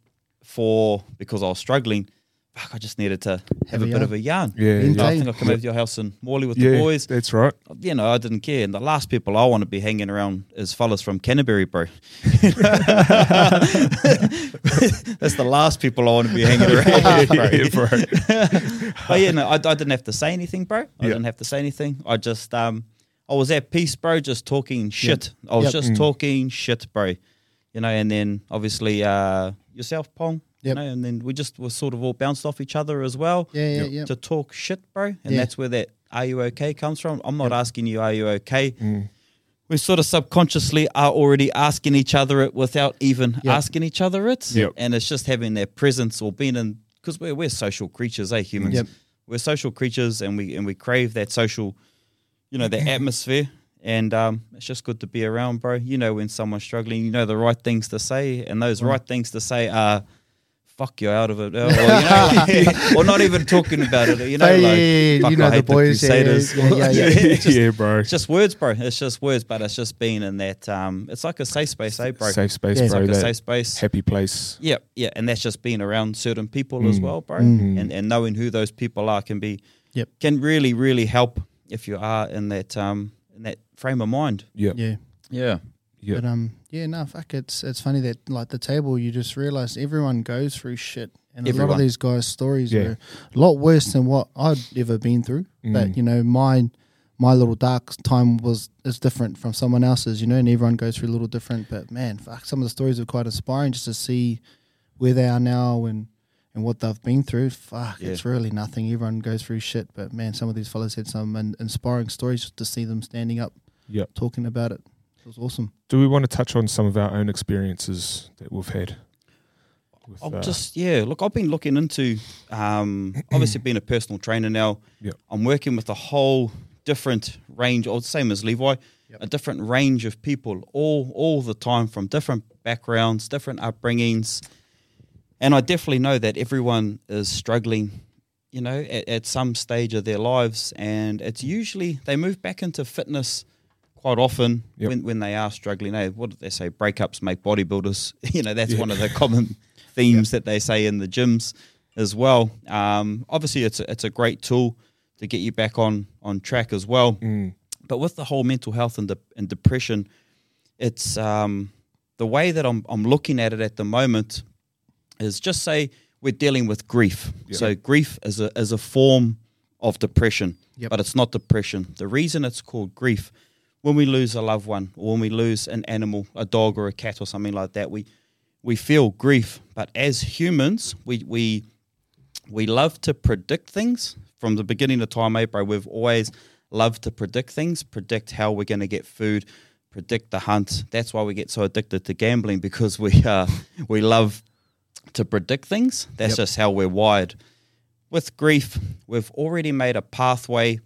S3: for because I was struggling. Fuck, I just needed to have
S2: a
S3: a bit
S2: yarn.
S3: of a yarn.
S1: Yeah,
S2: Been
S1: yeah,
S3: I
S2: Hey.
S3: think I came over to your house in Morley with
S1: yeah
S3: the boys.
S1: that's right.
S3: You know, I didn't care. And the last people I want to be hanging around is fellas from Canterbury, bro. That's the last people I want to be hanging around, bro.
S1: yeah, bro.
S3: But yeah, no, I, I didn't have to say anything, bro. I
S1: Yeah.
S3: didn't have to say anything. I just, um, I was at peace, bro, just talking shit. I was
S2: Yep. Mm.
S3: just talking shit, bro. You know, and then obviously uh, yourself, Pong.
S2: Yep.
S3: You know, and then we just were sort of all bounced off each other as well
S2: Yeah, yeah,
S1: Yep.
S2: yeah.
S3: to talk shit, bro. And
S2: Yeah.
S3: that's where that "Are you okay?" comes from. I'm not asking you, "Are you okay?"
S2: Mm.
S3: We sort of subconsciously are already asking each other it without even
S2: Yep.
S3: asking each other it.
S1: Yep.
S3: And it's just having their presence or being in because we're we're social creatures, eh? Humans.
S2: Yep.
S3: We're social creatures, and we and we crave that social, you know,
S2: Mm-hmm.
S3: that atmosphere. And um, it's just good to be around, bro. You know, when someone's struggling, you know the right things to say, and those right things to say are fuck you out of it, or, you know, or not even talking about it. You know,
S2: Yeah,
S3: like,
S2: yeah, yeah, yeah.
S3: fuck,
S2: You know
S3: I
S2: the
S3: hate
S2: boys, yeah, yeah,
S3: Crusaders.
S2: yeah, yeah, yeah.
S3: It's just-
S1: yeah, bro.
S3: it's just words, bro. It's just words, but it's just being in that. Um, it's like a safe space, eh, bro?
S1: Safe space,
S2: Yeah.
S3: it's
S1: bro.
S3: like a
S1: that
S3: safe space.
S1: happy place.
S3: Yeah, yeah, and that's just being around certain people as well, bro, and and knowing who those people are can be,
S2: Yep.
S3: can really really help if you are in that um in that frame of mind.
S1: Yeah,
S2: Yeah.
S3: Yeah,
S1: Yeah.
S2: But um, yeah, no, fuck. It's it's funny that like the table, you just realize everyone goes through shit, and a lot
S3: Everyone.
S2: of these guys' stories
S1: Yeah.
S2: are a lot worse than what I'd ever been through.
S1: Mm.
S2: But you know, mine, my little dark time was is different from someone else's. You know, and everyone goes through a little different. But man, fuck, some of the stories are quite inspiring just to see where they are now and. And what they've been through, fuck,
S3: Yeah.
S2: it's really nothing. Everyone goes through shit, but man, some of these fellas had some in- inspiring stories just to see them standing up,
S1: Yep.
S2: talking about it. It was awesome.
S1: Do we want to touch on some of our own experiences that we've had? With,
S3: I'll
S1: uh,
S3: just yeah. Look, I've been looking into um, obviously being a personal trainer now.
S1: Yep.
S3: I'm working with a whole different range, or same as Levi, a different range of people all all the time from different backgrounds, different upbringings, and I definitely know that everyone is struggling. You know, at, at some stage of their lives, and it's usually they move back into fitness quite often
S1: Yep.
S3: when, when they are struggling. Hey, what did they say? Breakups make bodybuilders. you know, that's one of the common themes that they say in the gyms as well. Um, obviously, it's a, it's a great tool to get you back on on track as well. But with the whole mental health and, de- and depression, it's um, the way that I'm I'm looking at it at the moment is just say we're dealing with grief. So grief is a is a form of depression,
S2: Yep.
S3: but it's not depression. The reason it's called grief when we lose a loved one or when we lose an animal, a dog or a cat or something like that, we we feel grief. But as humans, we we we love to predict things from the beginning of time, eh, bro? We've always loved to predict things, predict how we're going to get food, predict the hunt. That's why we get so addicted to gambling because we uh, we love to predict things. That's just how we're wired. With grief, we've already made a pathway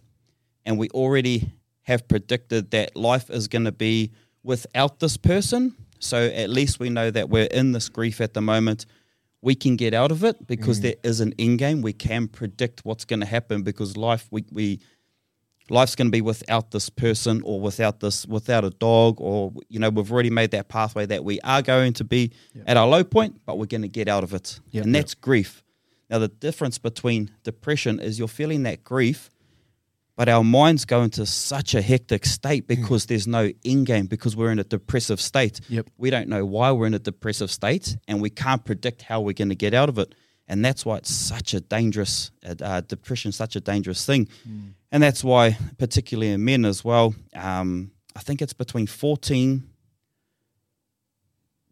S3: and we already have predicted that life is going to be without this person. So at least we know that we're in this grief at the moment. We can get out of it because there is an end game. We can predict what's going to happen because life we, we life's going to be without this person or without this without a dog or you know we've already made that pathway that we are going to be at our low point but we're going to get out of it
S2: Yep.
S3: and that's grief now the difference between depression is you're feeling that grief but our minds go into such a hectic state because there's no end game because we're in a depressive state
S2: Yep.
S3: we don't know why we're in a depressive state and we can't predict how we're going to get out of it and that's why it's such a dangerous uh, uh, depression such a dangerous thing and that's why particularly in men as well um, i think it's between 14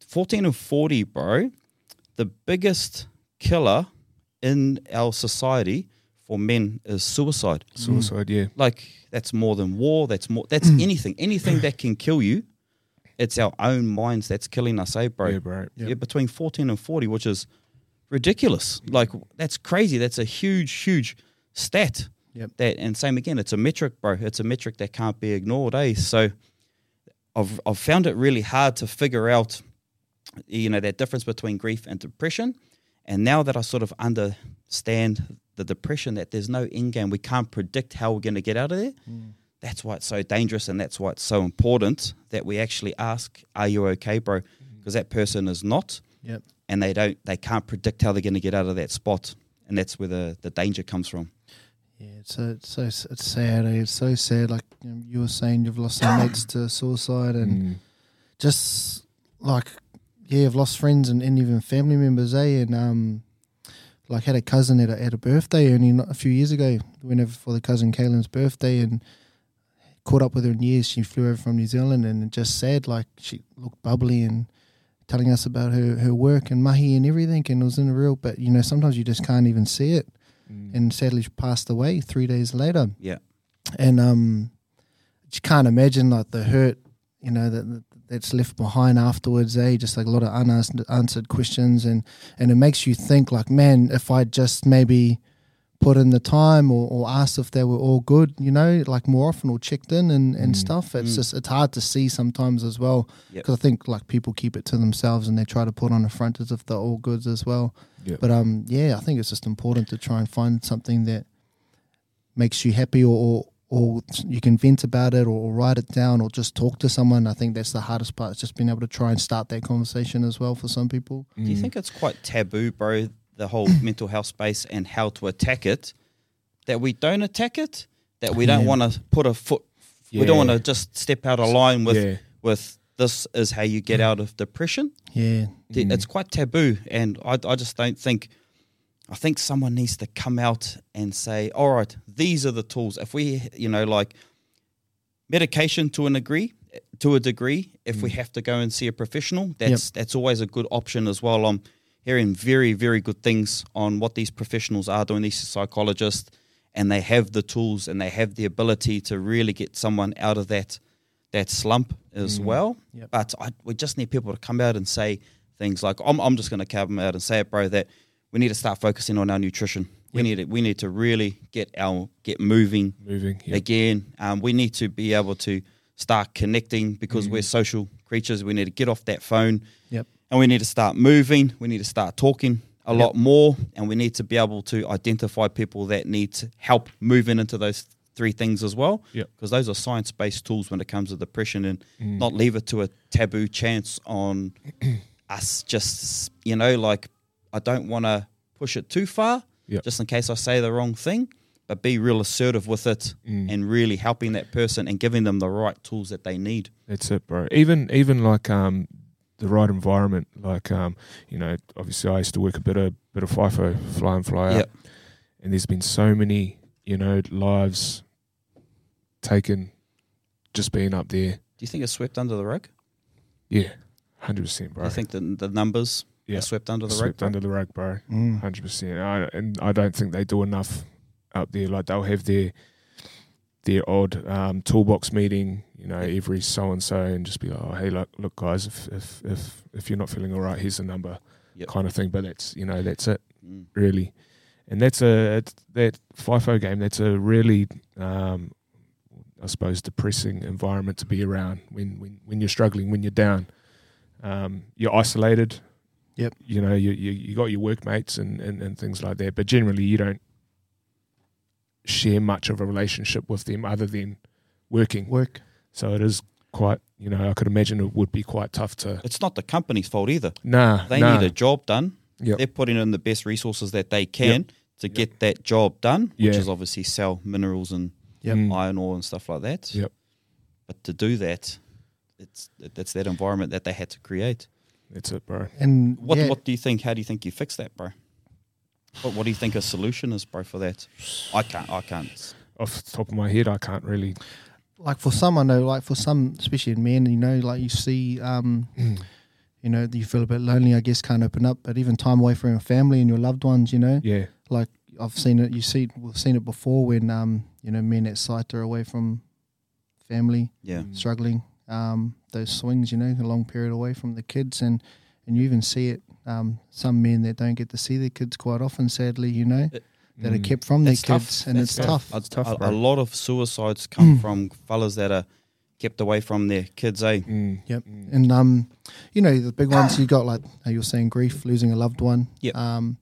S3: 14 and 40 bro the biggest killer in our society for men is suicide
S1: suicide. Yeah,
S3: like that's more than war. That's more. That's anything. Anything that can kill you. It's our own minds that's killing us, eh, bro?
S1: yeah, bro.
S3: Yeah, between fourteen and forty, which is ridiculous. Like that's crazy. That's a huge, huge stat.
S2: Yep.
S3: That and same again. It's a metric, bro. It's a metric that can't be ignored, eh? So, I've I've found it really hard to figure out, you know, that difference between grief and depression. And now that I sort of understand the depression, that there's no end game, we can't predict how we're going to get out of there. That's why it's so dangerous, and that's why it's so important that we actually ask, "Are you okay, bro?" Because that person is not.
S2: Yep.
S3: and they don't they can't predict how they're going to get out of that spot and that's where the, the danger comes from
S2: Yeah, it's so it's so s- it's sad. Eh? It's so sad. Like you, know, you were saying, you've lost some mates to suicide, and
S1: Mm.
S2: just like yeah, you've lost friends and, and even family members. Eh, and um, like had a cousin at a, at a birthday only not a few years ago. Went over for the cousin Kaylin's birthday and caught up with her in years. She flew over from New Zealand and just sad. Like she looked bubbly and telling us about her her work and mahi and everything, and it was in the real. But you know, sometimes you just can't even see it.
S1: Mm.
S2: and sadly she passed away three days later.
S3: Yeah.
S2: and um, you can't imagine like the hurt, you know, that that- that's left behind afterwards. Eh, just like a lot of unanswered answered questions, and and it makes you think like, man, if I just maybe put in the time or, or asked if they were all good, you know, like more often or checked in and, and
S1: Mm.
S2: stuff. It's
S3: Mm.
S2: just it's hard to see sometimes as well
S3: Yep.
S2: because I think like people keep it to themselves and they try to put on a front as if they're all goods as well.
S1: Yep.
S2: But um, yeah, I think it's just important to try and find something that makes you happy or. or or you can vent about it or, or write it down or just talk to someone. I think that's the hardest part. It's just being able to try and start that conversation as well for some people.
S3: do you think it's quite taboo bro the whole mental health space and how to attack it that we don't attack it that we don't
S2: Yeah.
S3: want to put a foot we don't
S1: Yeah.
S3: want to just step out of line with
S1: yeah.
S3: with this is how you get out of depression
S2: Yeah.
S3: Th- it's quite taboo and I, I just don't think i think someone needs to come out and say all right these are the tools if we you know like medication to an degree to a degree if we have to go and see a professional that's that's always a good option as well i'm hearing very very good things on what these professionals are doing these psychologists and they have the tools and they have the ability to really get someone out of that that slump as well
S2: Yep.
S3: but I, we just need people to come out and say things like i'm, I'm just going to come out and say it bro that we need to start focusing on our nutrition we need to, we need to really get our get moving
S1: moving. Yeah.
S3: again. Um, we need to be able to start connecting
S1: Mm.
S3: because we're social creatures. We need to get off that phone
S2: Yep.
S3: and we need to start moving. We need to start talking a lot more and we need to be able to identify people that need to help moving into those three things as well.
S1: Yep. Mm.
S3: Because those are science based tools when it comes to depression and not leave it to a taboo chance on us just, you know, like I don't want to push it too far
S1: Yep.
S3: just in case I say the wrong thing, but be real assertive with it
S1: Mm,
S3: and really helping that person and giving them the right tools that they need.
S1: That's it, bro. Even even like um the right environment, like um you know obviously I used to work a bit of bit of FIFO, fly and fly out,
S3: Yep.
S1: and there's been so many you know lives taken just being up there.
S3: Do you think it's swept under the rug?
S1: Yeah, hundred percent,
S3: Do
S1: bro.
S3: you think the, the numbers
S1: Yeah.
S3: are swept under the
S1: swept
S3: rug?
S1: under the rug, bro.
S2: Mm.
S1: Hundred percent. I and I don't think they do enough up there. Like they'll have their their odd um, toolbox meeting, you know, every so and so, and just be like, oh, hey, look, look, guys, if if if, if you're not feeling all right, here's the number,
S3: Yep.
S1: kind of thing. But that's you know that's it
S3: Mm.
S1: really, and that's a it's- that FIFO game. That's a really um, I suppose depressing environment to be around when when, when you're struggling, when you're down. Um, you're isolated.
S2: Yep.
S1: You know, you, you, you got your workmates and, and, and things like that, but generally you don't share much of a relationship with them other than working.
S2: Work.
S1: So it is quite, you know, I could imagine it would be quite tough to.
S3: It's not the company's fault either.
S1: Nah,
S3: They
S1: nah.
S3: need a job done.
S1: Yep.
S3: They're putting in the best resources that they can to get that job done, which
S1: Yeah.
S3: is obviously sell minerals and
S2: Yep.
S1: Mm.
S3: iron ore and stuff like that.
S1: Yep.
S3: But to do that, it's that's that environment that they had to create.
S1: That's it, bro.
S2: And
S3: What
S2: yeah,
S3: What do you think? How do you think you fix that, bro? What What do you think a solution is, bro, for that? I can't. I can't.
S1: Off the top of my head, I can't really.
S2: like for some, I know, like for some, especially in men, you know, like you see, um, you know, you feel a bit lonely, I guess, can't open up, but even time away from your family and your loved ones, you know,
S1: Yeah.
S2: like I've seen it, you see, we've seen it before when, um, you know, men at sight are away from family,
S3: Yeah.
S1: Mm.
S2: struggling, um, those swings, you know, a long period away from the kids, and and you even see it, um, some men that don't get to see their kids quite often, sadly, you know,
S3: It-
S2: that are
S1: Mm.
S2: kept from
S3: That's
S2: their
S3: tough.
S2: kids, and
S3: That's
S2: it's tough.
S3: A,
S1: It's tough,
S3: a- a
S1: bro.
S3: lot of suicides come from fellas that are kept away from their kids. Eh?
S1: Mm.
S2: Yep. And um, you know the big ones you got like uh, you're saying grief, losing a loved one.
S3: Yep.
S2: Um,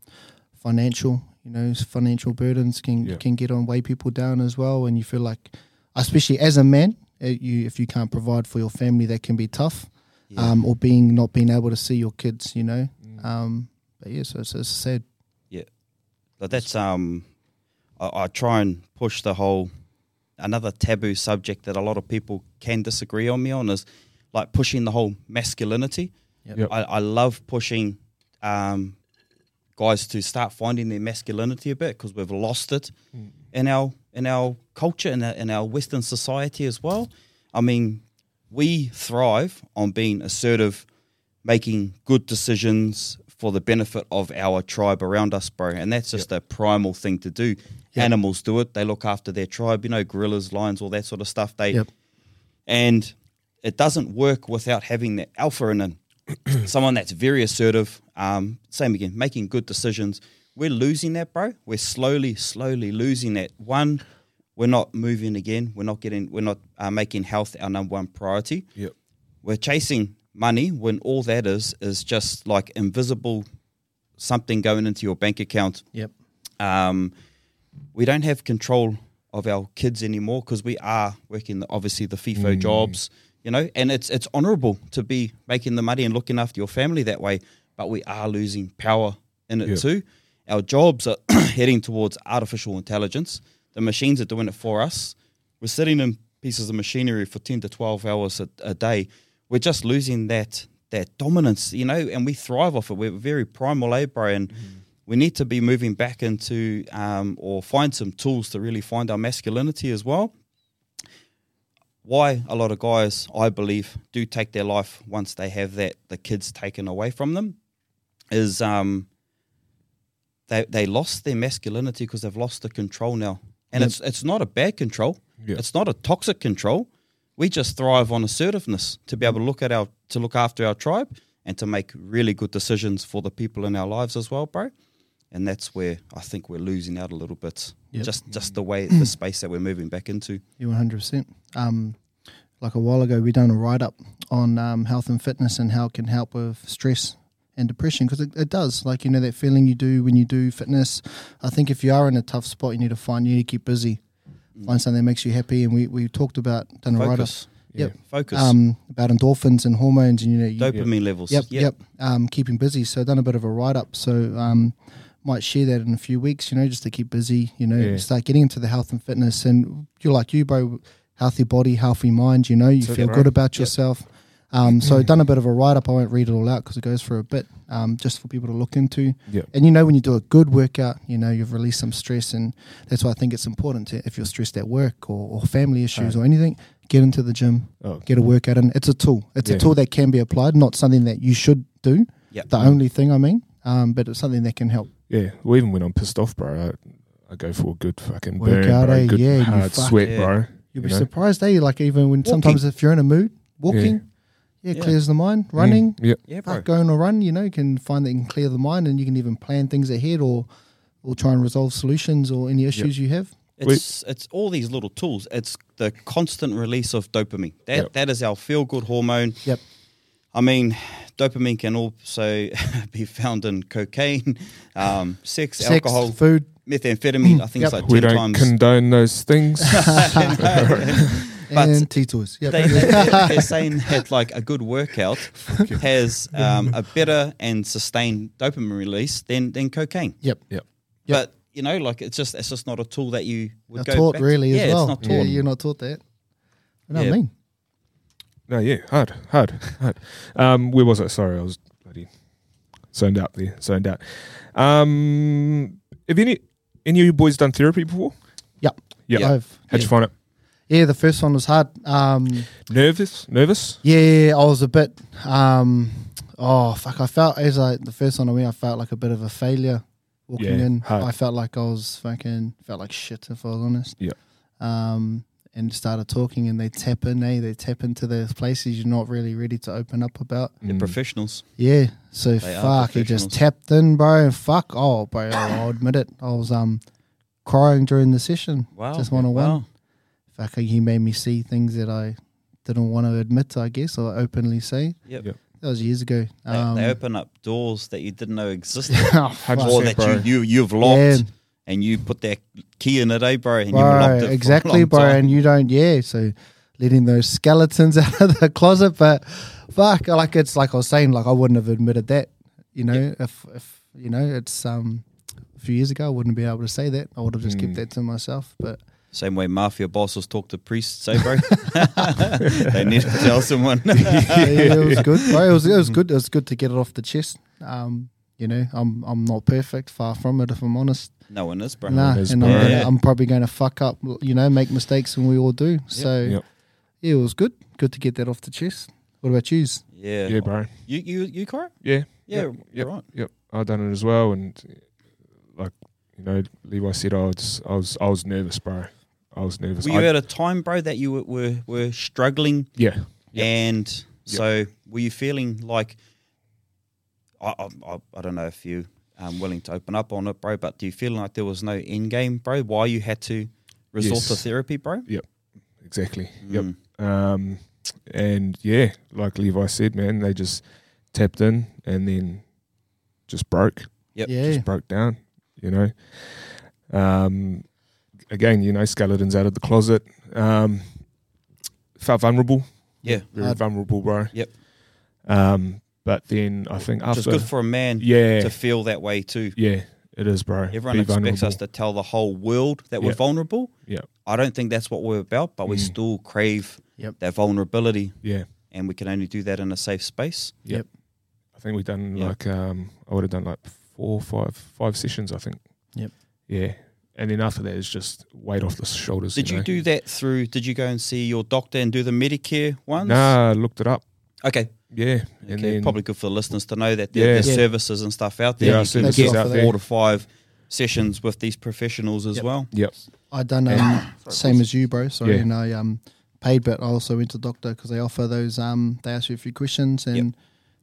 S2: financial, you know, s- financial burdens can
S1: Yeah.
S2: can get on way people down as well, and you feel like, especially as a man, uh, you if you can't provide for your family, that can be tough.
S3: Yeah.
S2: Um, or being not being able to see your kids, you know, Um, but yeah, so it's, it's sad.
S3: But that's um, I, I try and push the whole another taboo subject that a lot of people can disagree on me on is like pushing the whole masculinity.
S2: Yep.
S1: Yep.
S3: I, I love pushing um, guys to start finding their masculinity a bit because we've lost it in our in our culture and in, our Western society as well. I mean, we thrive on being assertive, making good decisions for the benefit of our tribe around us, bro. And that's just a primal thing to do. Animals do it; they look after their tribe. You know, gorillas, lions, all that sort of stuff. They
S2: Yep.
S3: and it doesn't work without having the alpha in them. Someone that's very assertive. Um, same again, making good decisions. We're losing that, bro. We're slowly, slowly losing that. One, we're not moving again. We're not getting. We're not uh, making health our number one priority.
S1: Yep.
S3: We're chasing money when all that is is just like invisible something going into your bank account
S2: Yep.
S3: um, we don't have control of our kids anymore because we are working the, obviously the FIFO jobs, you know, and it's it's honourable to be making the money and looking after your family that way, but we are losing power in it
S1: Yeah.
S3: too. Our jobs are heading towards artificial intelligence. The machines are doing it for us. We're sitting in pieces of machinery for ten to twelve hours a, a day. We're just losing that that dominance, you know, and we thrive off it. We're very primal, eh, bro? And we need to be moving back into um, or find some tools to really find our masculinity as well. Why a lot of guys, I believe, do take their life once they have that the kids taken away from them is um, they they lost their masculinity because they've lost the control now, and it's it's not a bad control.
S1: Yeah.
S3: It's not a toxic control. We just thrive on assertiveness to be able to look at our to look after our tribe and to make really good decisions for the people in our lives as well, bro. And that's where I think we're losing out a little bit.
S2: Yep.
S3: Just just the way the space that we're moving back into.
S2: You 100%. Um, like a while ago, we done a write up on um, health and fitness and how it can help with stress and depression because it, it does. Like, you know, that feeling you do when you do fitness. I think if you are in a tough spot, you need to find, you need to keep busy, find something that makes you happy. And we, we talked about, done a write up
S3: Mm. Focus.
S2: Yep.
S3: Focus.
S2: um, about endorphins and hormones and, you know, you,
S3: Dopamine levels.
S2: Yep, yep. Um, keeping busy. So I've done a bit of a write up. So um, might share that in a few weeks. You know, just to keep busy. You know,
S1: Yeah.
S2: start getting into the health and fitness. And you're like you, bro. Healthy body, healthy mind. You know, you
S1: That's it,
S2: feel
S1: bro.
S2: good about yourself. Um, so I've done a bit of a write up. I won't read it all out because it goes for a bit, um, just for people to look into.
S1: Yeah.
S2: And you know, when you do a good workout, you know you've released some stress, and that's why I think it's important to, if you're stressed at work or, or family issues or anything, get into the gym,
S1: Oh,
S2: get a workout in. It's a tool. It's
S1: Yeah.
S2: a tool that can be applied, not something that you should do.
S3: Yep.
S2: The only thing I mean, um, but it's something that can help.
S1: Yeah, well, even when I'm pissed off, bro, I, I go for a good fucking burn,
S2: Workout,
S1: bro.
S2: eh?
S1: Good
S2: Yeah, you
S1: hard
S2: fuck-
S1: sweat,
S3: Yeah.
S1: bro. Mm.
S2: You'll
S1: You
S2: be
S1: know?
S2: surprised, eh? Like even when sometimes if you're in a mood, walking, yeah,
S3: Yeah.
S2: clears the mind. Running,
S1: Mm, yeah,
S3: Yeah, bro.
S2: fuck, going a run, you know, you can find that you can clear the mind, and you can even plan things ahead or or try and resolve solutions or any issues you have.
S3: It's it's all these little tools. It's the constant release of dopamine. That
S1: Yep.
S3: that is our feel good hormone.
S2: Yep.
S3: I mean, dopamine can also be found in cocaine, um, sex,
S2: Sex,
S3: alcohol,
S2: food.
S3: methamphetamine. I think
S2: Yep.
S3: it's like
S1: we
S3: 10
S1: don't
S3: times.
S1: condone those things.
S3: But-
S2: and tea toys. Yep.
S3: they, they, are saying that like a good workout has um, a better and sustained dopamine release than than cocaine.
S2: yep.
S1: yep.
S2: Yep.
S3: But you know, like it's just it's just not a tool that you would
S2: Not
S3: go
S2: taught
S3: back to.
S2: really
S3: yeah,
S2: as well.
S3: It's not taught.
S2: Yeah, you're not taught that. You know
S3: Yeah.
S2: what I mean?
S1: No, yeah, hard, hard, hard. Um, where was I? Sorry, I was bloody zoned out there, zoned out. Um, have any any of you boys done therapy before?
S2: Yep.
S1: Yeah.
S2: I've-
S1: How'd
S2: yeah.
S1: you find it?
S2: Yeah, the first one was hard. Um,
S1: Nervous, nervous.
S2: yeah, I was a bit. Um, oh fuck! I felt as I the first one I went, I felt like a bit of a failure walking
S1: Yeah,
S2: in.
S1: hard.
S2: I felt like I was fucking felt like shit if I was honest.
S1: Yeah.
S2: Um, and started talking, and they tap in, eh? They tap into those places you're not really ready to open up about.
S1: Mm.
S3: They're professionals.
S2: Yeah. So
S3: They are
S2: fuck, he just
S3: professionals.
S2: tapped in, bro. And fuck, oh, bro, I'll admit it. I was um crying during the session.
S3: Wow.
S2: Just one on one.
S3: Wow.
S2: Fuck, he made me see things that I didn't want to admit, I guess, or openly say.
S3: Yep.
S1: Yep.
S2: That was years ago. Um,
S3: They, they open up doors that you didn't know existed,
S2: oh, fuck.
S1: Hundred
S3: or
S1: percent,
S3: that
S1: bro.
S3: you, you you've locked, and you put that key in it, eh, bro? And you
S2: Bro,
S3: locked it for a
S2: exactly,
S3: long
S2: bro.
S3: time.
S2: And you don't, yeah. So letting those skeletons out of the closet, but fuck, like it's like I was saying, like I wouldn't have admitted that You know, if if you know, it's um a few years ago I wouldn't be able to say that. I would have just kept
S1: Mm.
S2: that to myself. But
S3: Same way mafia bosses talk to priests, eh, bro? they need to tell someone.
S2: Uh, yeah, it was good. Bro. It was it was good. It was good to get it off the chest. Um, you know, I'm I'm not perfect, far from it. If I'm honest,
S3: no one is, bro.
S2: nah,
S1: is,
S2: and I'm,
S1: bro.
S2: gonna,
S3: Yeah.
S2: I'm probably going to fuck up. You know, make mistakes, and we all do. So
S1: Yep.
S2: yeah, it was good. Good to get that off the chest. What about yous?
S3: Yeah.
S1: Mm. Yeah, bro.
S3: You, you, you, Cora?
S1: Yeah.
S3: Yeah,
S1: Yep,
S3: you're right.
S1: Yep, I done it as well, and uh, like you know, Levi said, I was, I was, I was nervous, bro. I was nervous.
S3: Were you
S1: I-
S3: at a time, bro, that you were were, were struggling,
S1: yeah, Yep.
S3: and
S1: Yep.
S3: so were you feeling like I, I, I- I don't know if you um willing to open up on it, bro, but do you feel like there was no end game, bro? Why you had to resort to
S1: Yes.
S3: therapy, bro?
S1: exactly.
S3: Mm.
S1: Yep. Um, and yeah, like Levi said, man, they just tapped in and then just broke,
S3: Yep.
S2: Yeah,
S1: just broke down. You know, um, again, you know, skeletons out of the closet. Um, felt vulnerable.
S3: Yeah.
S1: very
S2: Hard.
S1: vulnerable, bro.
S3: Yep.
S1: Um, but then I think
S3: Which
S1: after,
S3: is good for a man
S1: yeah,
S3: to feel that way too.
S1: yeah, it is, bro.
S3: Everyone
S1: Be
S3: expects us
S1: vulnerable.
S3: to tell the whole world that we're
S1: Yeah.
S3: vulnerable.
S1: Yeah.
S3: I don't think that's what we're about, but we
S1: Mm.
S3: still crave
S2: Yep.
S3: that vulnerability,
S1: Yeah,
S3: and we can only do that in a safe space.
S1: I think we done
S3: Yeah.
S1: like um, I would have done like four, five, five sessions. I think.
S2: Yep.
S1: Yeah, and then after that, it's just weight off the shoulders.
S3: Did you,
S1: know?
S3: do that through? Did you go and see your doctor and do the Medicare ones?
S1: Nah, I looked it up.
S3: Okay.
S1: Yeah, and
S3: okay.
S1: then
S3: Probably good for the listeners to know that there, there's
S2: Yeah. Yeah.
S3: services and stuff out there.
S1: there are
S3: you can
S2: services
S3: get
S2: out there.
S3: four to five sessions with these professionals as
S2: Yep.
S3: well.
S1: Yep.
S2: I done um, same as you, bro. Sorry,
S1: Yeah.
S2: and I um paid, but I also went to doctor because they offer those um they ask you a few questions and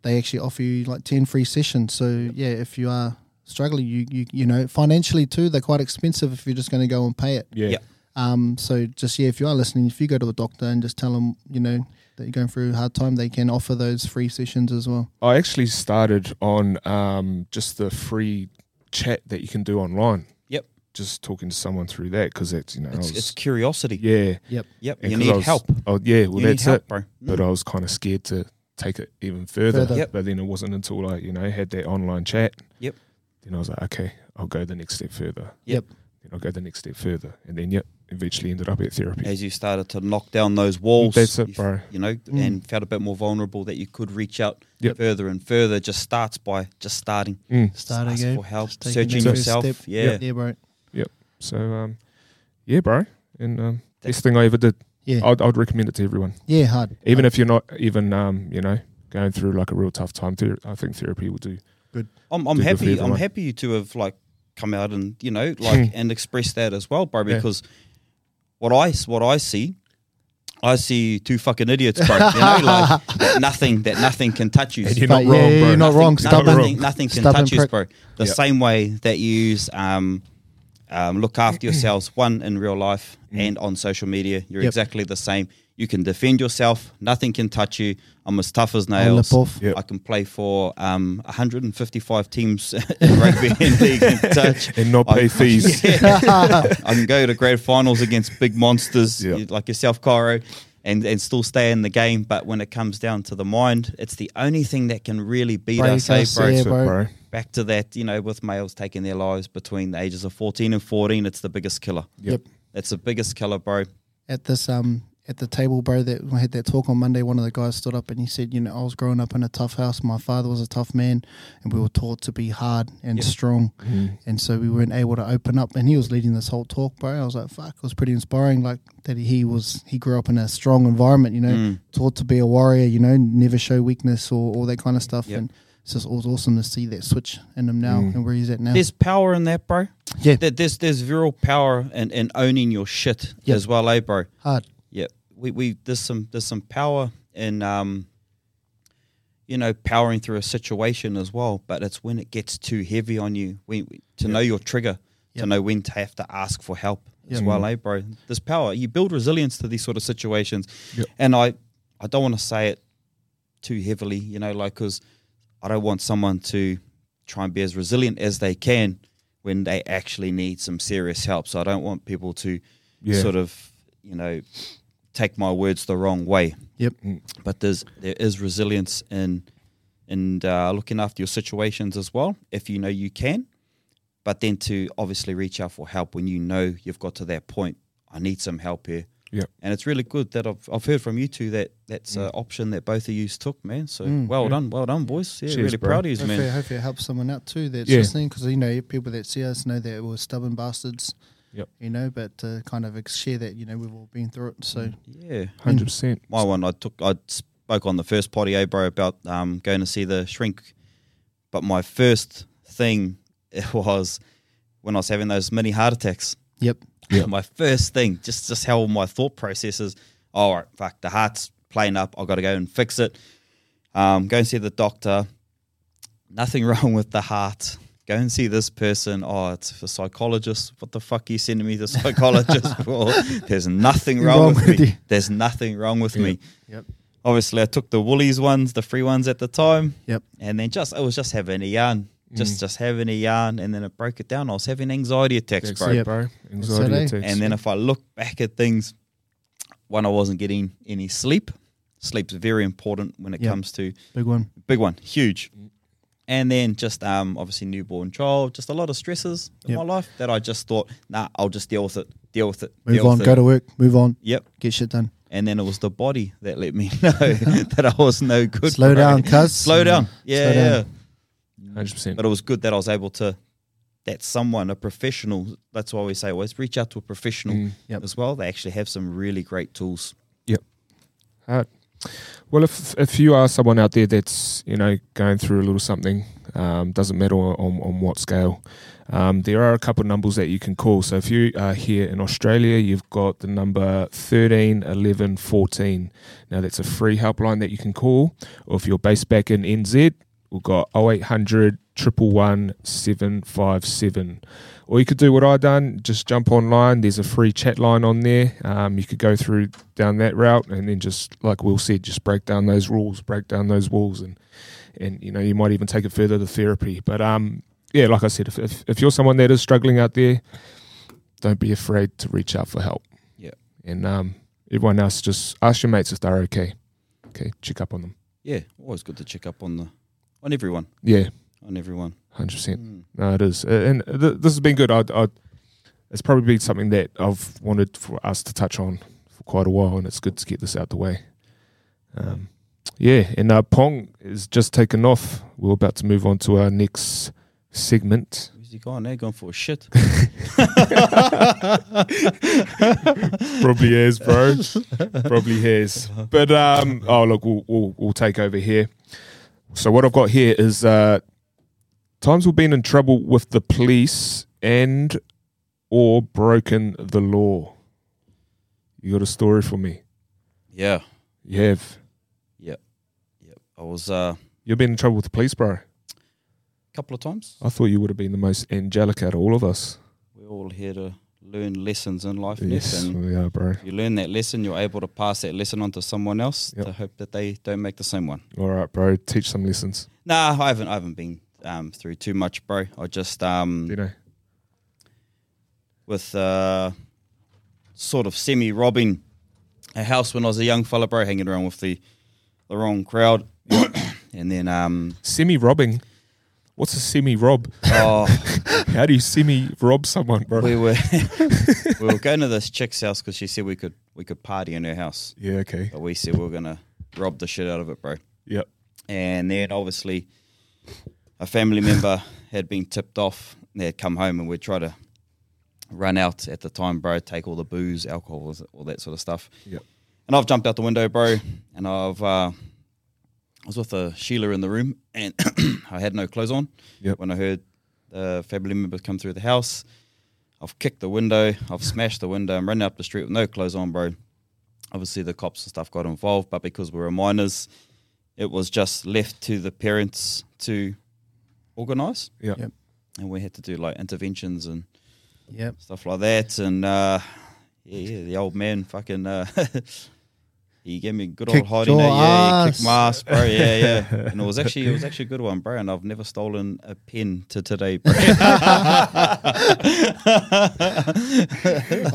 S2: they actually offer you like ten free sessions. So yeah, if you are struggling, you you you know financially too, they're quite expensive if you're just going to go and pay it.
S1: Yeah.
S3: Yep.
S2: Um, so just yeah, if you are listening, if you go to a doctor and just tell them you know that you're going through a hard time, they can offer those free sessions as well.
S1: I actually started on um, just the free chat that you can do online.
S3: Yep.
S1: Just talking to someone through that because it's you know I
S3: It's,
S1: was-
S3: it's curiosity.
S1: yeah
S3: Yep.
S1: and
S3: You
S1: 'cause
S3: need
S1: I was-
S3: help.
S1: Oh yeah, well
S3: you need
S1: that's
S3: help,
S1: it.
S3: bro.
S1: But I was kind of scared to take it even further.
S2: Mm. Further.
S3: Yep.
S1: But then it wasn't until I you know had that online chat.
S3: Yep.
S1: Then I was like, okay, I'll go the next step further.
S3: Yep.
S1: Then I'll go the next step further, and then yep, eventually ended up at therapy.
S3: as you started to knock down those walls,
S1: That's
S3: you,
S1: it, bro. Mm.
S3: you know, and felt a bit more vulnerable that you could reach out
S1: Yep.
S3: further and further. Just starts by just starting,
S1: Mm.
S2: Start
S3: Just ask
S2: again.
S3: for help,
S2: Just taking
S3: searching
S2: that first
S3: yourself.
S2: step.
S3: Yeah,
S2: yeah, bro.
S1: So um, yeah, bro, and um, best thing I ever did.
S2: Yeah,
S1: I'd, I'd recommend it to everyone,
S2: yeah, hard.
S1: even if you're not even um, you know, going through like a real tough time. Ther- I think therapy will do.
S3: I'm, I'm
S1: Do good for
S3: happy. I'm
S1: everyone.
S3: happy you two have like come out and you know like and express that as well, bro.
S1: Hmm. Yeah.
S3: Because what I s- what I see, I see two fucking idiots, bro. You know, like that nothing that nothing can touch you.
S1: And you're not
S2: But yeah,
S1: wrong,
S2: yeah,
S1: bro.
S2: you're not
S1: Nothing-
S2: wrong.
S1: you're
S2: Stubborn.
S3: Nothing, nothing can
S2: Stubborn
S3: touch you,
S2: prick.
S3: bro. The
S1: Yeah.
S3: same way that you use um, um, look after yourselves, one in real life and on social media, you're
S2: Mm. Yep.
S3: exactly the same. You can defend yourself. Nothing can touch you. I'm as tough as
S2: I'll
S3: nails.
S2: lip off.
S1: Yep.
S3: I can play for um, 155 teams in rugby and league and touch.
S1: And not pay
S3: I-
S1: fees.
S3: Yeah. I can go to grand finals against big monsters
S1: Yeah.
S3: you- like yourself, Cairo, and, and still stay in the game. But when it comes down to the mind, it's the only thing that can really beat
S2: Break
S3: us, eh,
S2: us,
S3: bro?
S2: Yeah,
S1: That's it,
S2: bro.
S1: bro.
S3: Back to that, you know, with males taking their lives between the ages of 14 and 14, it's the biggest killer.
S1: Yep.
S3: It's the biggest killer, bro.
S2: at this um at the table, bro, that we had that talk on Monday, one of the guys stood up and he said, you know, I was growing up in a tough house. My father was a tough man, and we were taught to be hard and
S3: Yeah.
S2: strong,
S1: Mm.
S2: and so we weren't able to open up. And he was leading this whole talk, bro. I was like, fuck, it was pretty inspiring. Like that he was he grew up in a strong environment, you know,
S3: Mm.
S2: taught to be a warrior, you know, never show weakness or all that kind of stuff.
S3: Yep.
S2: And it's just it was awesome to see that switch in him now
S1: Mm.
S2: and where he's at now.
S3: There's power in that, bro.
S2: Yeah.
S3: There- There's, there's real power in, in owning your shit
S2: Yep.
S3: as well, eh, bro?
S2: hard.
S3: Yeah, we, we there's some there's some power in um, you know, powering through a situation as well. But it's when it gets too heavy on you, when to know your trigger,
S2: Yep.
S3: to know when to have to ask for help as
S2: Yep.
S3: well, eh, bro? There's power. You build resilience to these sort of situations,
S1: Yep.
S3: and I I don't want to say it too heavily, you know, like because I don't want someone to try and be as resilient as they can when they actually need some serious help. So I don't want people to
S1: Yeah.
S3: sort of, you know, take my words the wrong way.
S2: Yep.
S1: Mm.
S3: But there's there is resilience in and uh, looking after your situations as well if you know you can. But then to obviously reach out for help when you know you've got to that point. I need some help here.
S1: Yep. Mm.
S3: And it's really good that I've, I've heard from you two that that's an option that both of you took, man. So
S2: Mm.
S3: well done, well done, boys. Yeah,
S1: Cheers,
S3: really
S1: bro.
S3: proud of you,
S2: Hopefully,
S3: man.
S2: hopefully it helps someone out too that's
S1: Yeah.
S2: listening because you know people that see us know that we're stubborn bastards.
S1: Yep.
S2: You know, but to kind of ex- share that you know we've all been through it. So
S1: Mm.
S3: Yeah.
S1: hundred percent.
S3: my one I took I spoke on the first potty eh, bro about um, going to see the shrink but my first thing it was when I was having those mini heart attacks
S2: yep,
S1: Yeah.
S3: my first thing just just how my thought process is all right fuck the heart's playing up I gotta go and fix it um, go and see the doctor nothing wrong with the heart go and see this person oh it's a psychologist what the fuck are you sending me to psychologist for there's nothing wrong,
S2: Wrong
S3: with,
S2: with
S3: me
S2: you.
S3: there's nothing wrong with me
S2: yep,
S3: obviously I took the Woolies ones, the free ones at the time,
S2: yep.
S3: and then just I was just having a yarn, just
S2: Mm.
S3: just having a yarn, and then it broke it down. I was having anxiety attacks,
S1: That's
S3: bro.
S1: it,
S2: Yep.
S1: bro.
S2: it, eh?
S1: Anxiety attacks.
S3: And then if I look back at things, one I wasn't getting any sleep. Sleep's very important when it
S2: Yep.
S3: comes to
S2: Big one.
S3: big one, huge.
S2: Mm.
S3: And then just um, obviously newborn child, just a lot of stresses in
S2: Yep.
S3: my life that I just thought, nah, I'll just deal with it, deal with it,
S2: Move
S3: deal
S2: on.
S3: with
S2: Go
S3: it.
S2: to work. Move on.
S3: Yep.
S2: Get shit done.
S3: And then it was the body that let me know that I was no good.
S2: Slow
S3: bro.
S2: down, cuz.
S3: Slow down. Yeah,
S2: Slow down.
S3: yeah.
S1: hundred percent.
S3: But it was good that I was able to, that someone, a professional, that's why we say always reach out to a professional
S1: Mm.
S2: Yep.
S3: as well. They actually have some really great tools.
S1: Hard. Well, if if you are someone out there that's you know going through a little something, um, doesn't matter on, on what scale, um, there are a couple of numbers that you can call. So if you are here in Australia, you've got the number 13 11 14. Now that's a free helpline that you can call, or if you're based back in NZ, we've got 0800 111 757. Or you could do what I done, just jump online. There's a free chat line on there. Um, you could go through down that route, and then just like Will said, just break down those rules, break down those walls, and and you know you might even take it further to therapy. But um, yeah, like I said, if if, if you're someone that is struggling out there, don't be afraid to reach out for help.
S3: Yeah.
S1: and um, everyone else just ask your mates if they're okay. Okay, check up on them.
S3: Yeah, always good to check up on the, on everyone,
S1: Yeah,
S3: on everyone.
S1: hundred percent.
S3: Mm.
S1: No, it is, Uh, and th- this has been good. I, I, it's probably been something that I've wanted for us to touch on for quite a while, and it's good to get this out the way. Um, yeah, and uh, Pong is just taken off. We're about to move on to our next segment.
S3: Where's he gone? They're going for a shit.
S1: Probably is, bro. probably has. But um, oh look, we'll, we'll we'll take over here. So what I've got here is uh, times we've been in trouble with the police and or broken the law. You got a story for me?
S3: yeah,
S1: You have.
S3: I was uh, a
S1: You've been in trouble with the police, bro.
S3: couple of times.
S1: I thought you would have been the most angelic out of all of us.
S3: We're all here to learn lessons in life,
S1: Yes,
S3: yes. and
S1: we are, bro.
S3: if you learn that lesson, you're able to pass that lesson on to someone else
S1: Yep.
S3: to hope that they don't make the same one.
S1: All right, bro. Teach some lessons.
S3: Nah, I haven't. I haven't been um, through too much, bro. I just um,
S1: You know.
S3: with uh, sort of semi robbing a house when I was a young fella, bro, hanging around with the the wrong crowd, and then um,
S1: Semi robbing. What's a semi rob?
S3: oh.
S1: How do you semi rob someone, bro?
S3: we were we were going to this chick's house because she said we could we could party in her house,
S1: Yeah, okay.
S3: but we said we were gonna rob the shit out of it, bro.
S1: Yep.
S3: And then obviously a family member had been tipped off. They had come home and we'd try to run out at the time, bro. Take all the booze, alcohol, all that sort of stuff.
S1: Yep.
S3: And I've jumped out the window, bro. And I've uh, I was with uh, Sheila in the room, and I had no clothes on.
S1: Yep.
S3: When I heard the family members come through the house, I've kicked the window, I've smashed the window, I'm running up the street with no clothes on, bro. Obviously, the cops and stuff got involved, but because we were minors, it was just left to the parents to organise,
S1: Yeah.
S2: Yep.
S3: and we had to do like interventions and
S2: Yep.
S3: stuff like that. And uh, yeah, yeah, the old man fucking uh, he gave me a good old
S2: Kicked
S3: hiding.
S2: your
S3: there. Yeah, he kicked
S2: ass.
S3: my ass, bro. Yeah, yeah. And it was actually it was actually a good one, bro. And I've never stolen a pen to today, bro.
S2: Ah,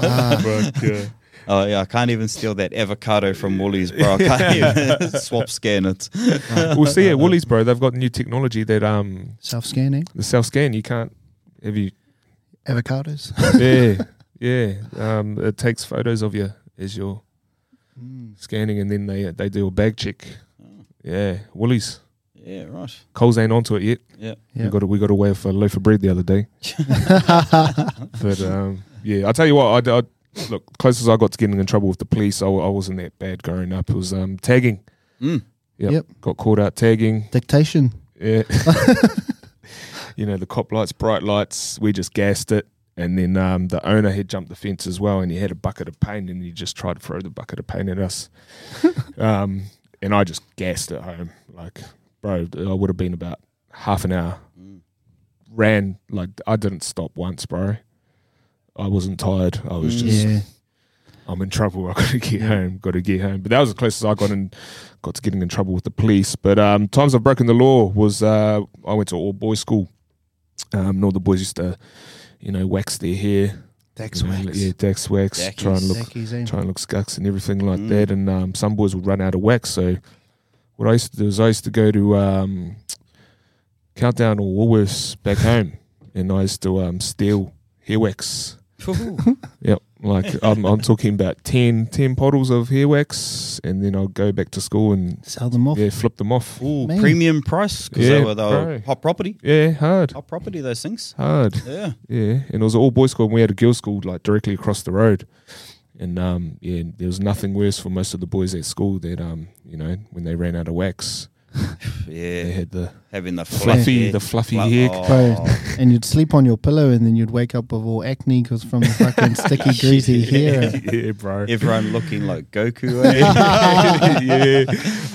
S2: Ah.
S1: Fuck, yeah.
S3: Oh yeah, I can't even steal that avocado from Woolies, bro. I can't even swap scan it.
S1: Well, see at Woolies, bro, they've got new technology that um
S2: Self scanning,
S1: the self scan. You can't have you.
S2: avocados.
S1: Yeah, yeah. Um, it takes photos of you as you're
S2: Mm.
S1: scanning, and then they they do a bag check. Yeah, Woolies.
S3: Yeah, right.
S1: Coles ain't onto it yet.
S3: Yeah.
S1: We got a, we got away for a loaf of bread the other day. But um, yeah, I tell you what, I, I look closest I got to getting in trouble with the police. I, I wasn't that bad growing up. It was um, tagging.
S3: Mm.
S2: Yep.
S1: Got called out tagging.
S2: Dictation.
S1: Yeah. you know the cop lights, bright lights. We just gassed it, and then um, the owner had jumped the fence as well, and he had a bucket of paint, and he just tried to throw the bucket of paint at us. um, and I just gassed it home, like bro. I would have been about half an hour.
S3: Mm.
S1: Ran like I didn't stop once, bro. I wasn't tired. I was just
S2: Yeah.
S1: I'm in trouble. I got to get home. Got to get home. But that was the closest I got in, got to getting in trouble with the police. But um, times I've broken the law was uh, I went to all boys school. Um, and all the boys used to, you know, wax their hair,
S2: Dex
S1: you know, yeah, Dex wax,
S3: Dackies.
S1: try and look,
S2: Deckies, eh?
S1: try and look scucks and everything like
S3: Mm.
S1: that. And um, some boys would run out of wax. So what I used to do is I used to go to um, Countdown or Woolworths back home, and I used to um, steal hair wax. Yep. Like I'm, I'm talking about 10, 10 bottles of hair wax, and then I'll go back to school and
S2: Sell them off.
S1: yeah, flip them off.
S3: Ooh,
S2: Man.
S3: premium price because
S1: Yeah,
S3: they were, they were
S1: bro.
S3: hot property.
S1: Yeah, hard,
S3: Hot property, those things.
S1: hard.
S3: Yeah.
S1: Yeah, and it was an all boys school, and we had a girls' school like directly across the road. And um, yeah, and there was nothing worse for most of the boys at school that um, you know, when they ran out of wax,
S3: Yeah.
S1: they had the
S3: Having the
S1: fluffy, the fluffy hair.
S3: oh.
S2: Bro, and you'd sleep on your pillow, and then you'd wake up with all acne because from the fucking sticky, greasy hair.
S1: yeah, bro.
S3: Everyone looking like Goku. eh?
S1: yeah,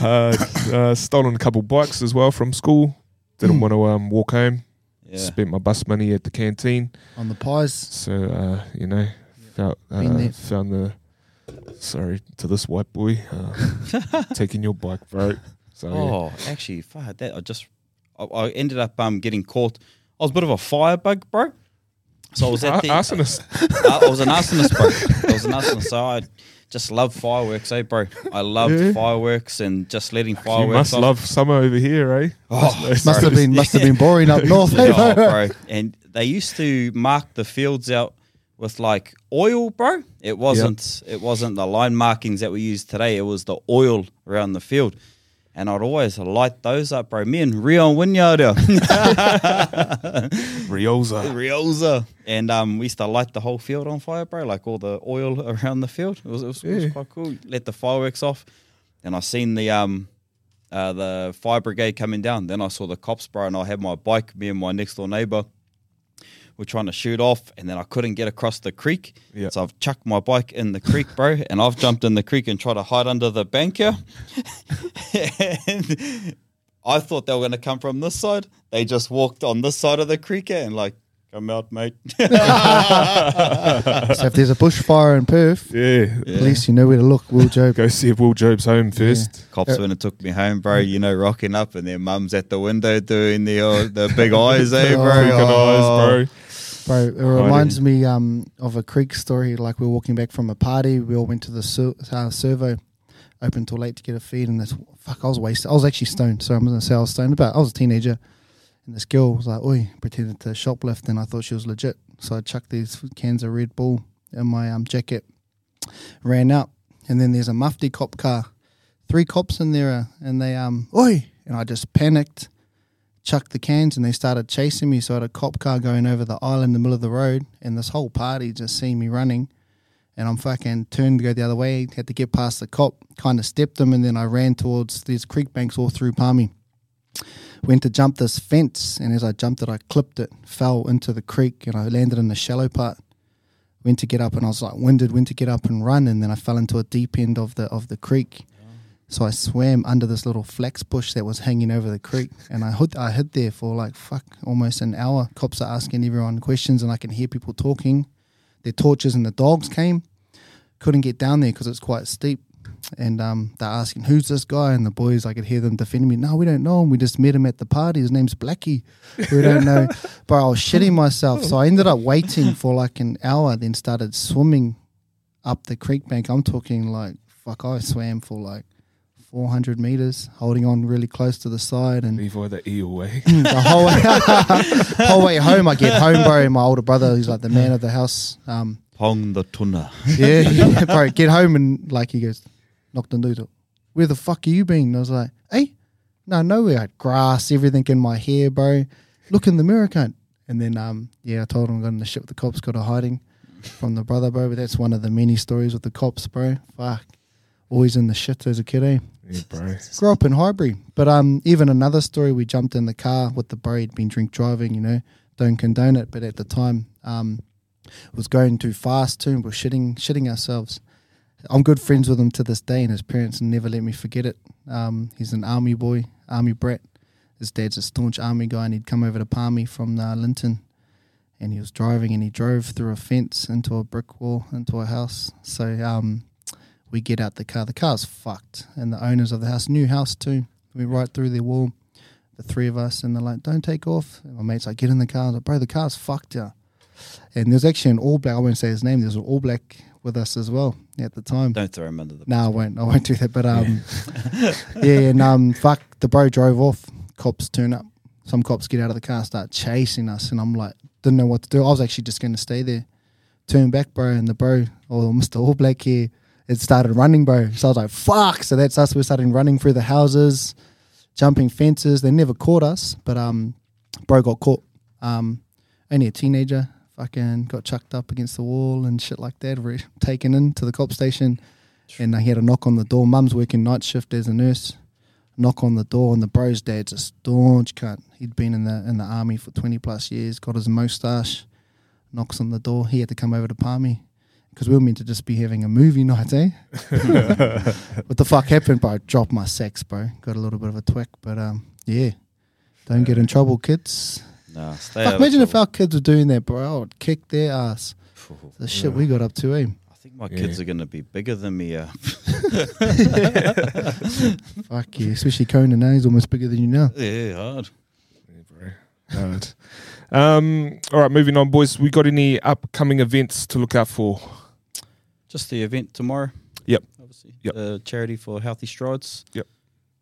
S1: uh, uh, stolen a couple bikes as well from school. Didn't want to um, walk home.
S3: yeah.
S1: Spent my bus money at the canteen.
S2: on the pies.
S1: So uh, you know, felt
S2: Been
S1: uh,
S2: there.
S1: found the sorry to this white boy uh, taking your bike, bro. So yeah.
S3: Oh, actually, fuck that. I just, I, I ended up um getting caught. I was a bit of a firebug, bro. So I was
S1: Ar-
S3: at the uh,
S1: arsonist.
S3: I, I was an arsonist, bro. I was an arsonist, so I just love fireworks, eh, bro? I loved
S1: Yeah.
S3: fireworks and just letting
S1: you
S3: fireworks.
S1: must
S3: off.
S1: love summer over here, eh?
S3: Oh,
S2: Must have been, must have been boring up north. eh,
S3: Oh,
S2: bro?
S3: bro. And they used to mark the fields out with like oil, bro. It wasn't it wasn't the line markings that we use today. It was the oil around the field. And I'd always light those up, bro. Me and Rio Winyarda.
S1: Rioza.
S3: Rioza. And um, we used to light the whole field on fire, bro. Like all the oil around the field. It was, it was, it was
S1: Yeah.
S3: quite cool. Let the fireworks off. And I seen the um, uh, the fire brigade coming down. Then I saw the cops, bro. And I had my bike. Me and my next door neighbor were trying to shoot off, and then I couldn't get across the creek.
S1: Yeah.
S3: So I've chucked my bike in the creek, bro, and I've jumped in the creek and tried to hide under the bank here. and I thought they were going to come from this side. They just walked on this side of the creek and like, come out, mate.
S2: So if there's a bushfire in Perth,
S1: Yeah.
S2: at least you know where to look. Will Joe?
S1: Go see if Will Job's home first.
S3: Cops went and took me home, bro. You know, rocking up, and their mum's at the window doing the uh, the big eyes, eh, bro?
S2: Freaking
S1: Freaking
S3: Oh.
S2: uh,
S1: eyes,
S2: Bro, it reminds me um, of a creek story. Like we were walking back from a party, we all went to the sur- uh, servo, open till late to get a feed, and this fuck, I was wasted. I was actually stoned, so I'm gonna say I was stoned, but I was a teenager, and this girl was like, "Oi," pretended to shoplift, and I thought she was legit, so I chucked these cans of Red Bull in my um, jacket, ran out, and then there's a mufti cop car, three cops in there, uh, and they um, "Oi," and I just panicked chucked the cans and they started chasing me. So I had a cop car going over the island in the middle of the road, and this whole party just seen me running. And I'm fucking turned to go the other way, had to get past the cop, kind of stepped him, and then I ran towards these creek banks all through Palmy. Went to jump this fence, and as I jumped it, I clipped it, fell into the creek, and I landed in the shallow part. Went to get up, and I was like winded, went to get up and run, and then I fell into a deep end of the of the creek. So I swam under this little flax bush that was hanging over the creek, and I hid, I hid there for like fuck almost an hour. Cops are asking everyone questions, and I can hear people talking. Their torches and the dogs came. Couldn't get down there because it's quite steep, and um, they're asking who's this guy, and the boys I could hear them defending me. No, we don't know him. We just met him at the party. His name's Blackie. We don't know. but I was shitting myself, so I ended up waiting for like an hour, then started swimming up the creek bank. I'm talking like fuck. I swam for like 400 meters, holding on really close to the side, and
S1: Levi the eel, eh?
S2: the whole way, whole way home. I get home, bro. and My older brother, who's like the man of the house. Um,
S3: Pong the tuna.
S2: yeah, yeah, bro. Get home and like he goes, knock the noodle. Where the fuck are you been? And I was like, hey, no, nowhere. I had grass, everything in my hair, bro. Look in the mirror, cunt. And then, um, yeah, I told him I got in the shit with the cops, got a hiding from the brother, bro. But that's one of the many stories with the cops, bro. Fuck. Always in the shit as a kid, eh?
S1: Yeah, bro.
S2: grew up in Highbury. But um, even another story, we jumped in the car with the bro. He'd been drink driving, you know, don't condone it. But at the time, um, was going too fast too, and we're shitting shitting ourselves. I'm good friends with him to this day, and his parents never let me forget it. Um, he's an army boy, army brat. His dad's a staunch army guy, and he'd come over to Palmy from uh, Linton. And he was driving, and he drove through a fence into a brick wall, into a house. So um, we get out the car. The car's fucked, and the owners of the house, new house too. We right through their wall, the three of us, and they're like, "Don't take off." And my mate's like, "Get in the car." I was like, "Bro, the car's fucked yeah." And there's actually an all black. I won't say his name. There's an all black with us as well at the time.
S3: Don't throw him under the.
S2: No, I won't. I won't do that. But um, yeah. and um, fuck, the bro drove off. Cops turn up. Some cops get out of the car, start chasing us, and I'm like, didn't know what to do. I was actually just going to stay there. Turn back, bro, and the bro or Mister All Black here, it started running, bro. So I was like, fuck. So that's us. We started running through the houses, jumping fences. They never caught us, but um, bro got caught. Um, only a teenager, fucking got chucked up against the wall and shit like that. Re- taken in to the cop station, and he had a knock on the door. Mum's working night shift as a nurse. Knock on the door, and the bro's dad's a staunch cunt. He'd been in the in the army for twenty plus years. Got his moustache. Knocks on the door. He had to come over to Palmy because we were meant to just be having a movie night, eh? what the fuck happened? But I dropped my sex, bro. Got a little bit of a twick, but um, yeah. Don't get in trouble, kids.
S3: No, stay
S2: Fuck,
S3: out of
S2: imagine if
S3: trouble.
S2: our kids were doing that, bro. I would kick their ass. The shit we got up to, eh?
S3: I think my kids are going to be bigger than me. Uh,
S2: Fuck yeah. Especially Conan, eh? He's almost bigger than you now.
S3: yeah, hard.
S1: Yeah, bro. Alright. Um, all right, moving on, boys. We got any upcoming events to look out for?
S3: Just the event tomorrow.
S1: Yep.
S3: Obviously.
S1: Yep.
S3: The charity for Healthy Strides.
S1: Yep.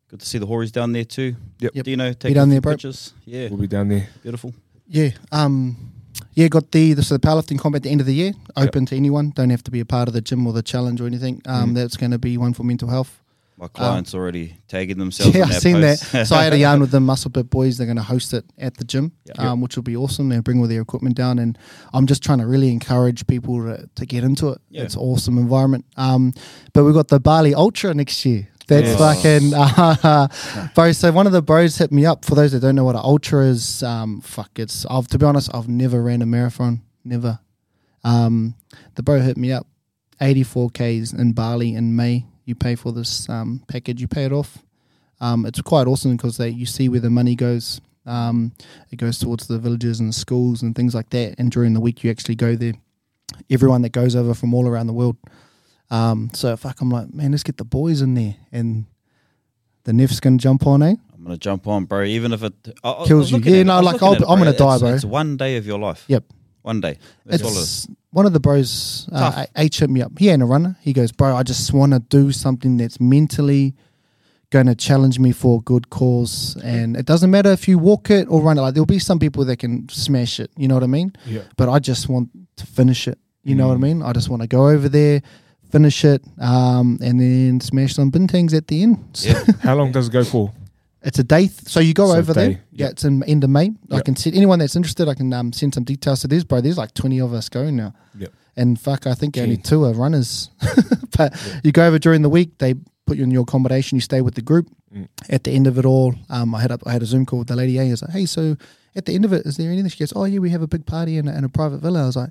S3: Good to see the Horries down there too.
S1: Yep.
S2: Yep.
S3: Dino taking
S2: down there,
S3: there,
S2: bro.
S3: pictures. Yeah,
S1: We'll be down there.
S3: beautiful.
S2: Yeah. Um, yeah, got the, the, so the powerlifting comp at the end of the year, open to anyone. Don't have to be a part of the gym or the challenge or anything. Um,
S3: Mm.
S2: That's going to be one for mental health.
S3: My clients already tagging themselves.
S2: Um, Yeah,
S3: in
S2: I've
S3: their
S2: seen
S3: posts.
S2: that. So I had a yarn with the Muscle Bit boys. They're going to host it at the gym, um, which will be awesome. They'll bring all their equipment down, and I'm just trying to really encourage people to, to get into it.
S3: Yeah.
S2: It's an awesome environment. Um, but we've got the Bali Ultra next year. That's
S3: Yes.
S2: fucking bro. So one of the bros hit me up. For those that don't know what an ultra is, um, fuck, it's. I've to be honest, I've never ran a marathon, never. Um, the bro hit me up. 84 Ks in Bali in May. You pay for this um, package, you pay it off. Um, it's quite awesome because you see where the money goes. Um, it goes towards the villages and schools and things like that. And during the week, you actually go there. Everyone that goes over from all around the world. Um, so fuck, I'm like, man, let's get the boys in there. And the Neff's gonna jump on, eh?
S3: I'm gonna jump on, bro. Even if it I- I- I
S2: Kills
S3: was
S2: you.
S3: looking
S2: Yeah,
S3: at it,
S2: no,
S3: I was
S2: like,
S3: looking
S2: I'll-
S3: at it,
S2: I'm gonna die,
S3: It's-
S2: bro.
S3: It's one day of your life.
S2: Yep.
S3: one day. That's all it is.
S2: It's one of the bros. Uh,
S3: Tough.
S2: H hit me up. He ain't a runner. He goes, bro, I just want to do something that's mentally going to challenge me for a good cause, and it doesn't matter if you walk it or run it. Like there'll be some people that can smash it. You know what I mean?
S1: Yeah.
S2: But I just want to finish it. You know what
S3: Mm.
S2: I mean? I just want to go over there, finish it, um, and then smash some bintangs at the end. So
S3: Yeah.
S1: How long does it go for?
S2: it's a day. Th- so you go
S1: It's a
S2: over there.
S1: day,
S2: Yeah,
S1: yep.
S2: it's in end of May. I
S1: Yep.
S2: can send anyone that's interested. I can um, send some details to this, bro. There's like twenty of us going now.
S1: Yep.
S2: And fuck, I think only
S1: Gee.
S2: two are runners. but you go over during the week. They put you in your accommodation. You stay with the group.
S1: Mm.
S2: At the end of it all, um, I had up. I had a Zoom call with the lady. A. I was like, hey, so at the end of it, is there anything? She goes, oh yeah, we have a big party in a, in a private villa. I was like.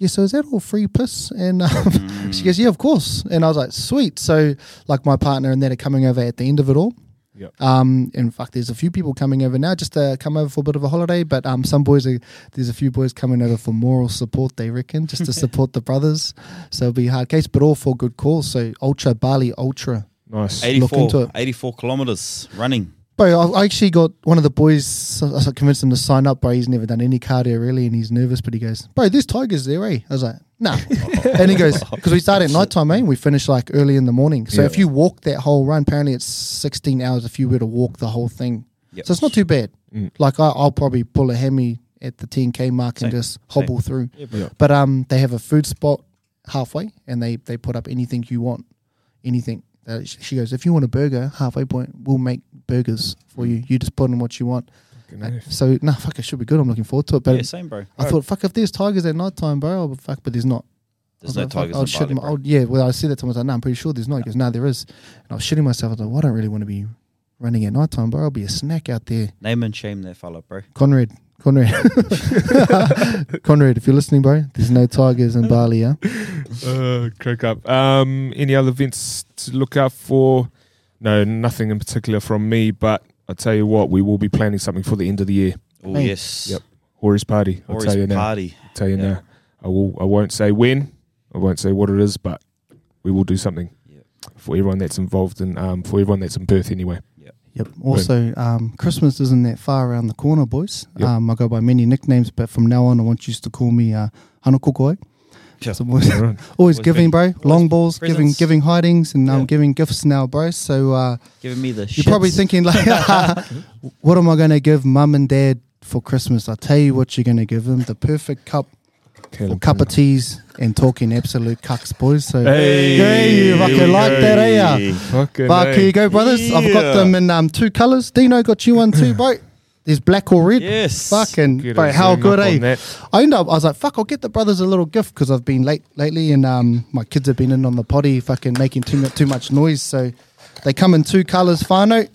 S2: Yeah, so is that all free piss? And um,
S1: Mm.
S2: she goes, yeah, of course. And I was like, sweet. So, like, my partner and that are coming over at the end of it all.
S1: Yep.
S2: Um, and fuck, there's a few people coming over now just to come over for a bit of a holiday. But um, some boys are there's a few boys coming over for moral support. They reckon just to support the brothers. So it'll be a hard case, but all for good cause. So ultra Bali ultra.
S1: Nice.
S2: into
S3: 84,
S2: it.
S3: 84 kilometers running.
S2: Bro, I I actually got one of the boys. I I convinced him to sign up, bro. He's never done any cardio really, and he's nervous. But he goes, "Bro, there's tigers there, eh?" I was like, No. and he goes, because we start at night time, eh? And we finish like early in the morning. So
S1: Yeah.
S2: if you walk that whole run, apparently it's 16 hours if you were to walk the whole thing.
S3: Yep.
S2: So it's not too bad.
S1: Mm.
S2: Like I, I'll probably pull a hammy at the 10K mark and
S3: Same.
S2: just hobble through.
S3: Yeah,
S1: bro. Yeah.
S2: But um, they have a food spot halfway and they, they put up anything you want. Anything. Uh, sh- she goes, if you want a burger, halfway point, we'll make burgers for you. You just put in what you want.
S1: Fucking oath.
S2: So, nah, fuck, it should be good. I'm looking forward to it. But
S3: yeah, same, bro.
S2: I thought, fuck, if there's tigers at night time, bro, I'll be fuck, but there's not.
S3: There's
S2: I
S3: no
S2: was like,
S3: tigers
S2: I
S3: in
S2: was shitting
S3: Bali,
S2: my,
S3: bro.
S2: oh, yeah, well, I said that to him. I was like, no, I'm pretty sure there's not. He goes, no, there is. And I was shitting myself. I was like, well, I don't really want to be running at night time, bro. I'll be a snack out there.
S3: Name and shame that fella, bro.
S2: Conrad, Conrad, Conrad, if you're listening, bro, there's no tigers in Bali, yeah?
S1: Uh, crack up. Um, any other events to look out for? No, nothing in particular from me, but I tell you what, we will be planning something for the end of the year.
S3: Oh
S2: Hey.
S3: yes.
S1: Yep. Hori's party. I'll
S3: Or
S1: tell you
S3: his
S1: now.
S3: party.
S1: I'll tell you
S3: Yeah.
S1: now. I will. I won't say when. I won't say what it is, but we will do something
S3: Yep.
S1: for everyone that's involved in. Um, for everyone that's in Perth anyway.
S2: Yep. Also, um, Christmas isn't that far around the corner, boys.
S1: Yep.
S2: Um, I go by many nicknames, but from now on, I want you to call me uh, Hanukokoi.
S3: Yeah.
S2: So boys-
S1: All right.
S2: always
S3: Always
S2: giving,
S3: been-
S2: bro. Long balls, giving,
S3: presents.
S2: giving hidings, and um,
S3: Yeah.
S2: giving gifts now, bro. So uh,
S3: Giving me the shit.
S2: You're probably thinking like, what am I going to give mum and dad for Christmas? I'll tell you what you're going to give them: the perfect cup,
S1: Kalen
S2: or cup of
S1: Palmer.
S2: teas, and talking absolute cucks, boys. So,
S1: Hey,
S2: yeah, you
S1: here
S2: fucking
S1: we
S2: like
S1: go.
S2: that, eh? Yeah.
S1: Fucking
S2: But here
S1: A.
S2: you go, brothers. I've
S3: Yeah.
S2: got them in um, two colours. Dino got you one too, bro. There's black or red.
S3: Yes.
S2: Fucking,
S1: Get
S2: bro,
S1: a
S2: how
S1: zoom
S2: good,
S1: up on
S2: eh?
S1: that.
S2: I ended up, I was like, fuck, I'll get the brothers a little gift because I've been late lately and um, my kids have been in on the potty fucking making too, mu- too much noise. So they come in two colours, whānau.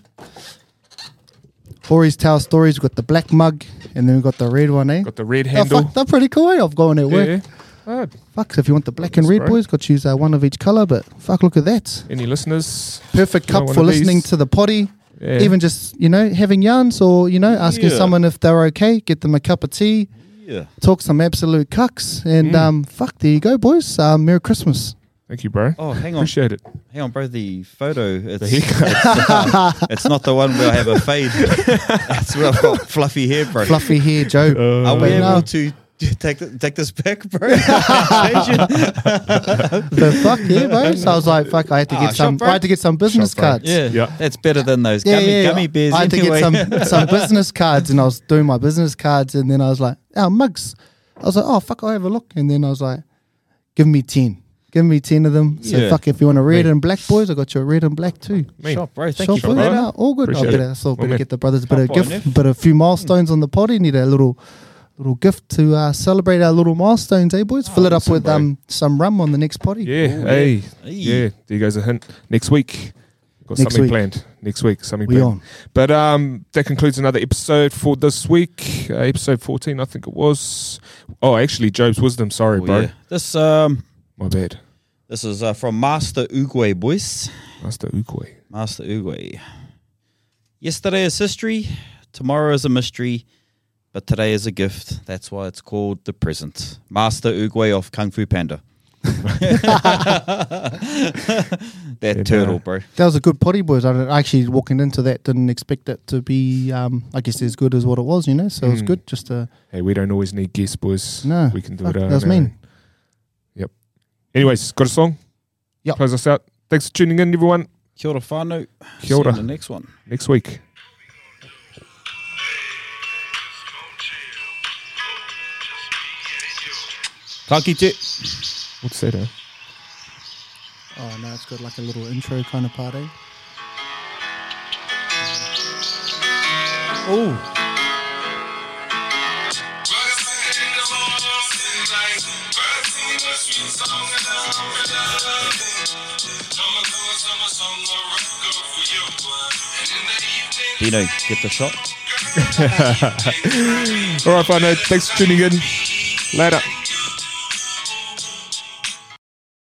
S2: Hori's Tower Stories, we've got the black mug and then we've got the red one, eh?
S1: Got the red
S2: Oh,
S1: handle.
S2: fuck, they're pretty cool, eh? I've gone at work.
S1: yeah. Alright.
S2: Fuck, so if you want the black and
S1: That's
S2: red,
S1: right.
S2: boys, got to use uh, one of each colour, but fuck, look at that.
S1: Any listeners?
S2: Perfect
S1: Got
S2: cup
S1: one
S2: for
S1: of these.
S2: listening to the potty.
S1: Yeah.
S2: Even just, you know, having yarns or, you know, asking
S3: Yeah.
S2: someone if they're okay, get them a cup of tea
S3: Yeah.
S2: talk some absolute cucks and
S1: Mm.
S2: um, fuck there you go boys um, merry christmas
S1: Thank you, bro.
S3: Oh, hang on,
S1: Appreciate it.
S3: hang on, bro. The photo. It's,
S1: The haircut.
S3: it's not the one where I have a fade. That's where I've got fluffy hair, bro.
S2: fluffy hair joe
S1: Uh,
S3: Are we
S2: But
S3: able
S2: no.
S3: to take th- take this back, bro? Change it.
S2: the fuck yeah bro so i was like fuck i had to
S3: Ah,
S2: get
S3: shop,
S2: some
S3: bro.
S2: i had to get some business
S1: Shop, bro.
S2: cards
S3: yeah,
S1: Yeah.
S3: that's better than those
S2: yeah,
S3: gummy,
S2: yeah,
S3: gummy bears.
S2: I had
S3: anyway.
S2: to get some some business cards, and I was doing my business cards, and then I was like, "Oh, mugs." I was like, "Oh, fuck, I'll have a look." And then I was like, "Give me ten, give me ten of them." So
S3: Yeah.
S2: fuck, if you want a red and black, boys, I got you a red and black too.
S1: Me.
S3: Shop, bro. Thank
S2: Sure,
S3: you,
S1: Shop,
S2: bro.
S1: brother.
S2: No, all good. I
S1: Appreciate
S2: better,
S1: it.
S2: so I
S1: Well,
S2: better
S1: man.
S2: get the brothers a bit
S3: Top
S2: of
S3: boy,
S2: gift,
S3: Nick.
S2: but a few milestones on the potty. Need a little, little gift to uh, celebrate our little milestones, eh, boys? Fill it up
S1: awesome,
S2: with
S1: bro.
S2: um some rum on the next potty.
S1: Yeah.
S3: Ooh,
S1: hey. Yeah.
S3: Hey.
S1: There you goes a hint. Next week. Got
S2: Next
S1: something
S2: week.
S1: planned. Next week. Something
S2: We
S1: planned.
S2: on.
S1: But um, that concludes another episode for this week. Uh, episode 14, I think it was. Oh, actually, Job's Wisdom. Sorry,
S3: Oh,
S1: bro.
S3: yeah. This um,
S1: My bad.
S3: this is uh, from Master Uguay, boys.
S1: Master Ukoi.
S3: Master Uguay. Yesterday is history, tomorrow is a mystery, but today is a gift. That's why it's called the present. Master Uguay of Kung Fu Panda. that
S1: Yeah,
S3: turtle,
S1: nah.
S3: bro.
S2: That was a good potty, boys. I don't- actually walking into that didn't expect it to be, um, I guess, as good as what it was. You know, so it was
S1: Mm.
S2: good. Just a
S1: Hey, we don't always need guests, boys.
S2: No,
S1: We can do
S2: fuck,
S1: it. on
S2: that's
S1: our
S2: mean.
S1: own. Yep. Anyways, got a song?
S2: Yep.
S1: Close us out. Thanks for tuning in, everyone.
S3: Kia ora whānau. See
S1: Kia
S3: you
S1: ora.
S3: in the next one.
S1: Next week.
S3: Ka kite.
S1: What's that? eh?
S2: oh no, it's got like a little intro kind of part. Eh?
S3: Oh. Dino, get the shot.
S1: All right, Fano. Thanks for tuning in. Later.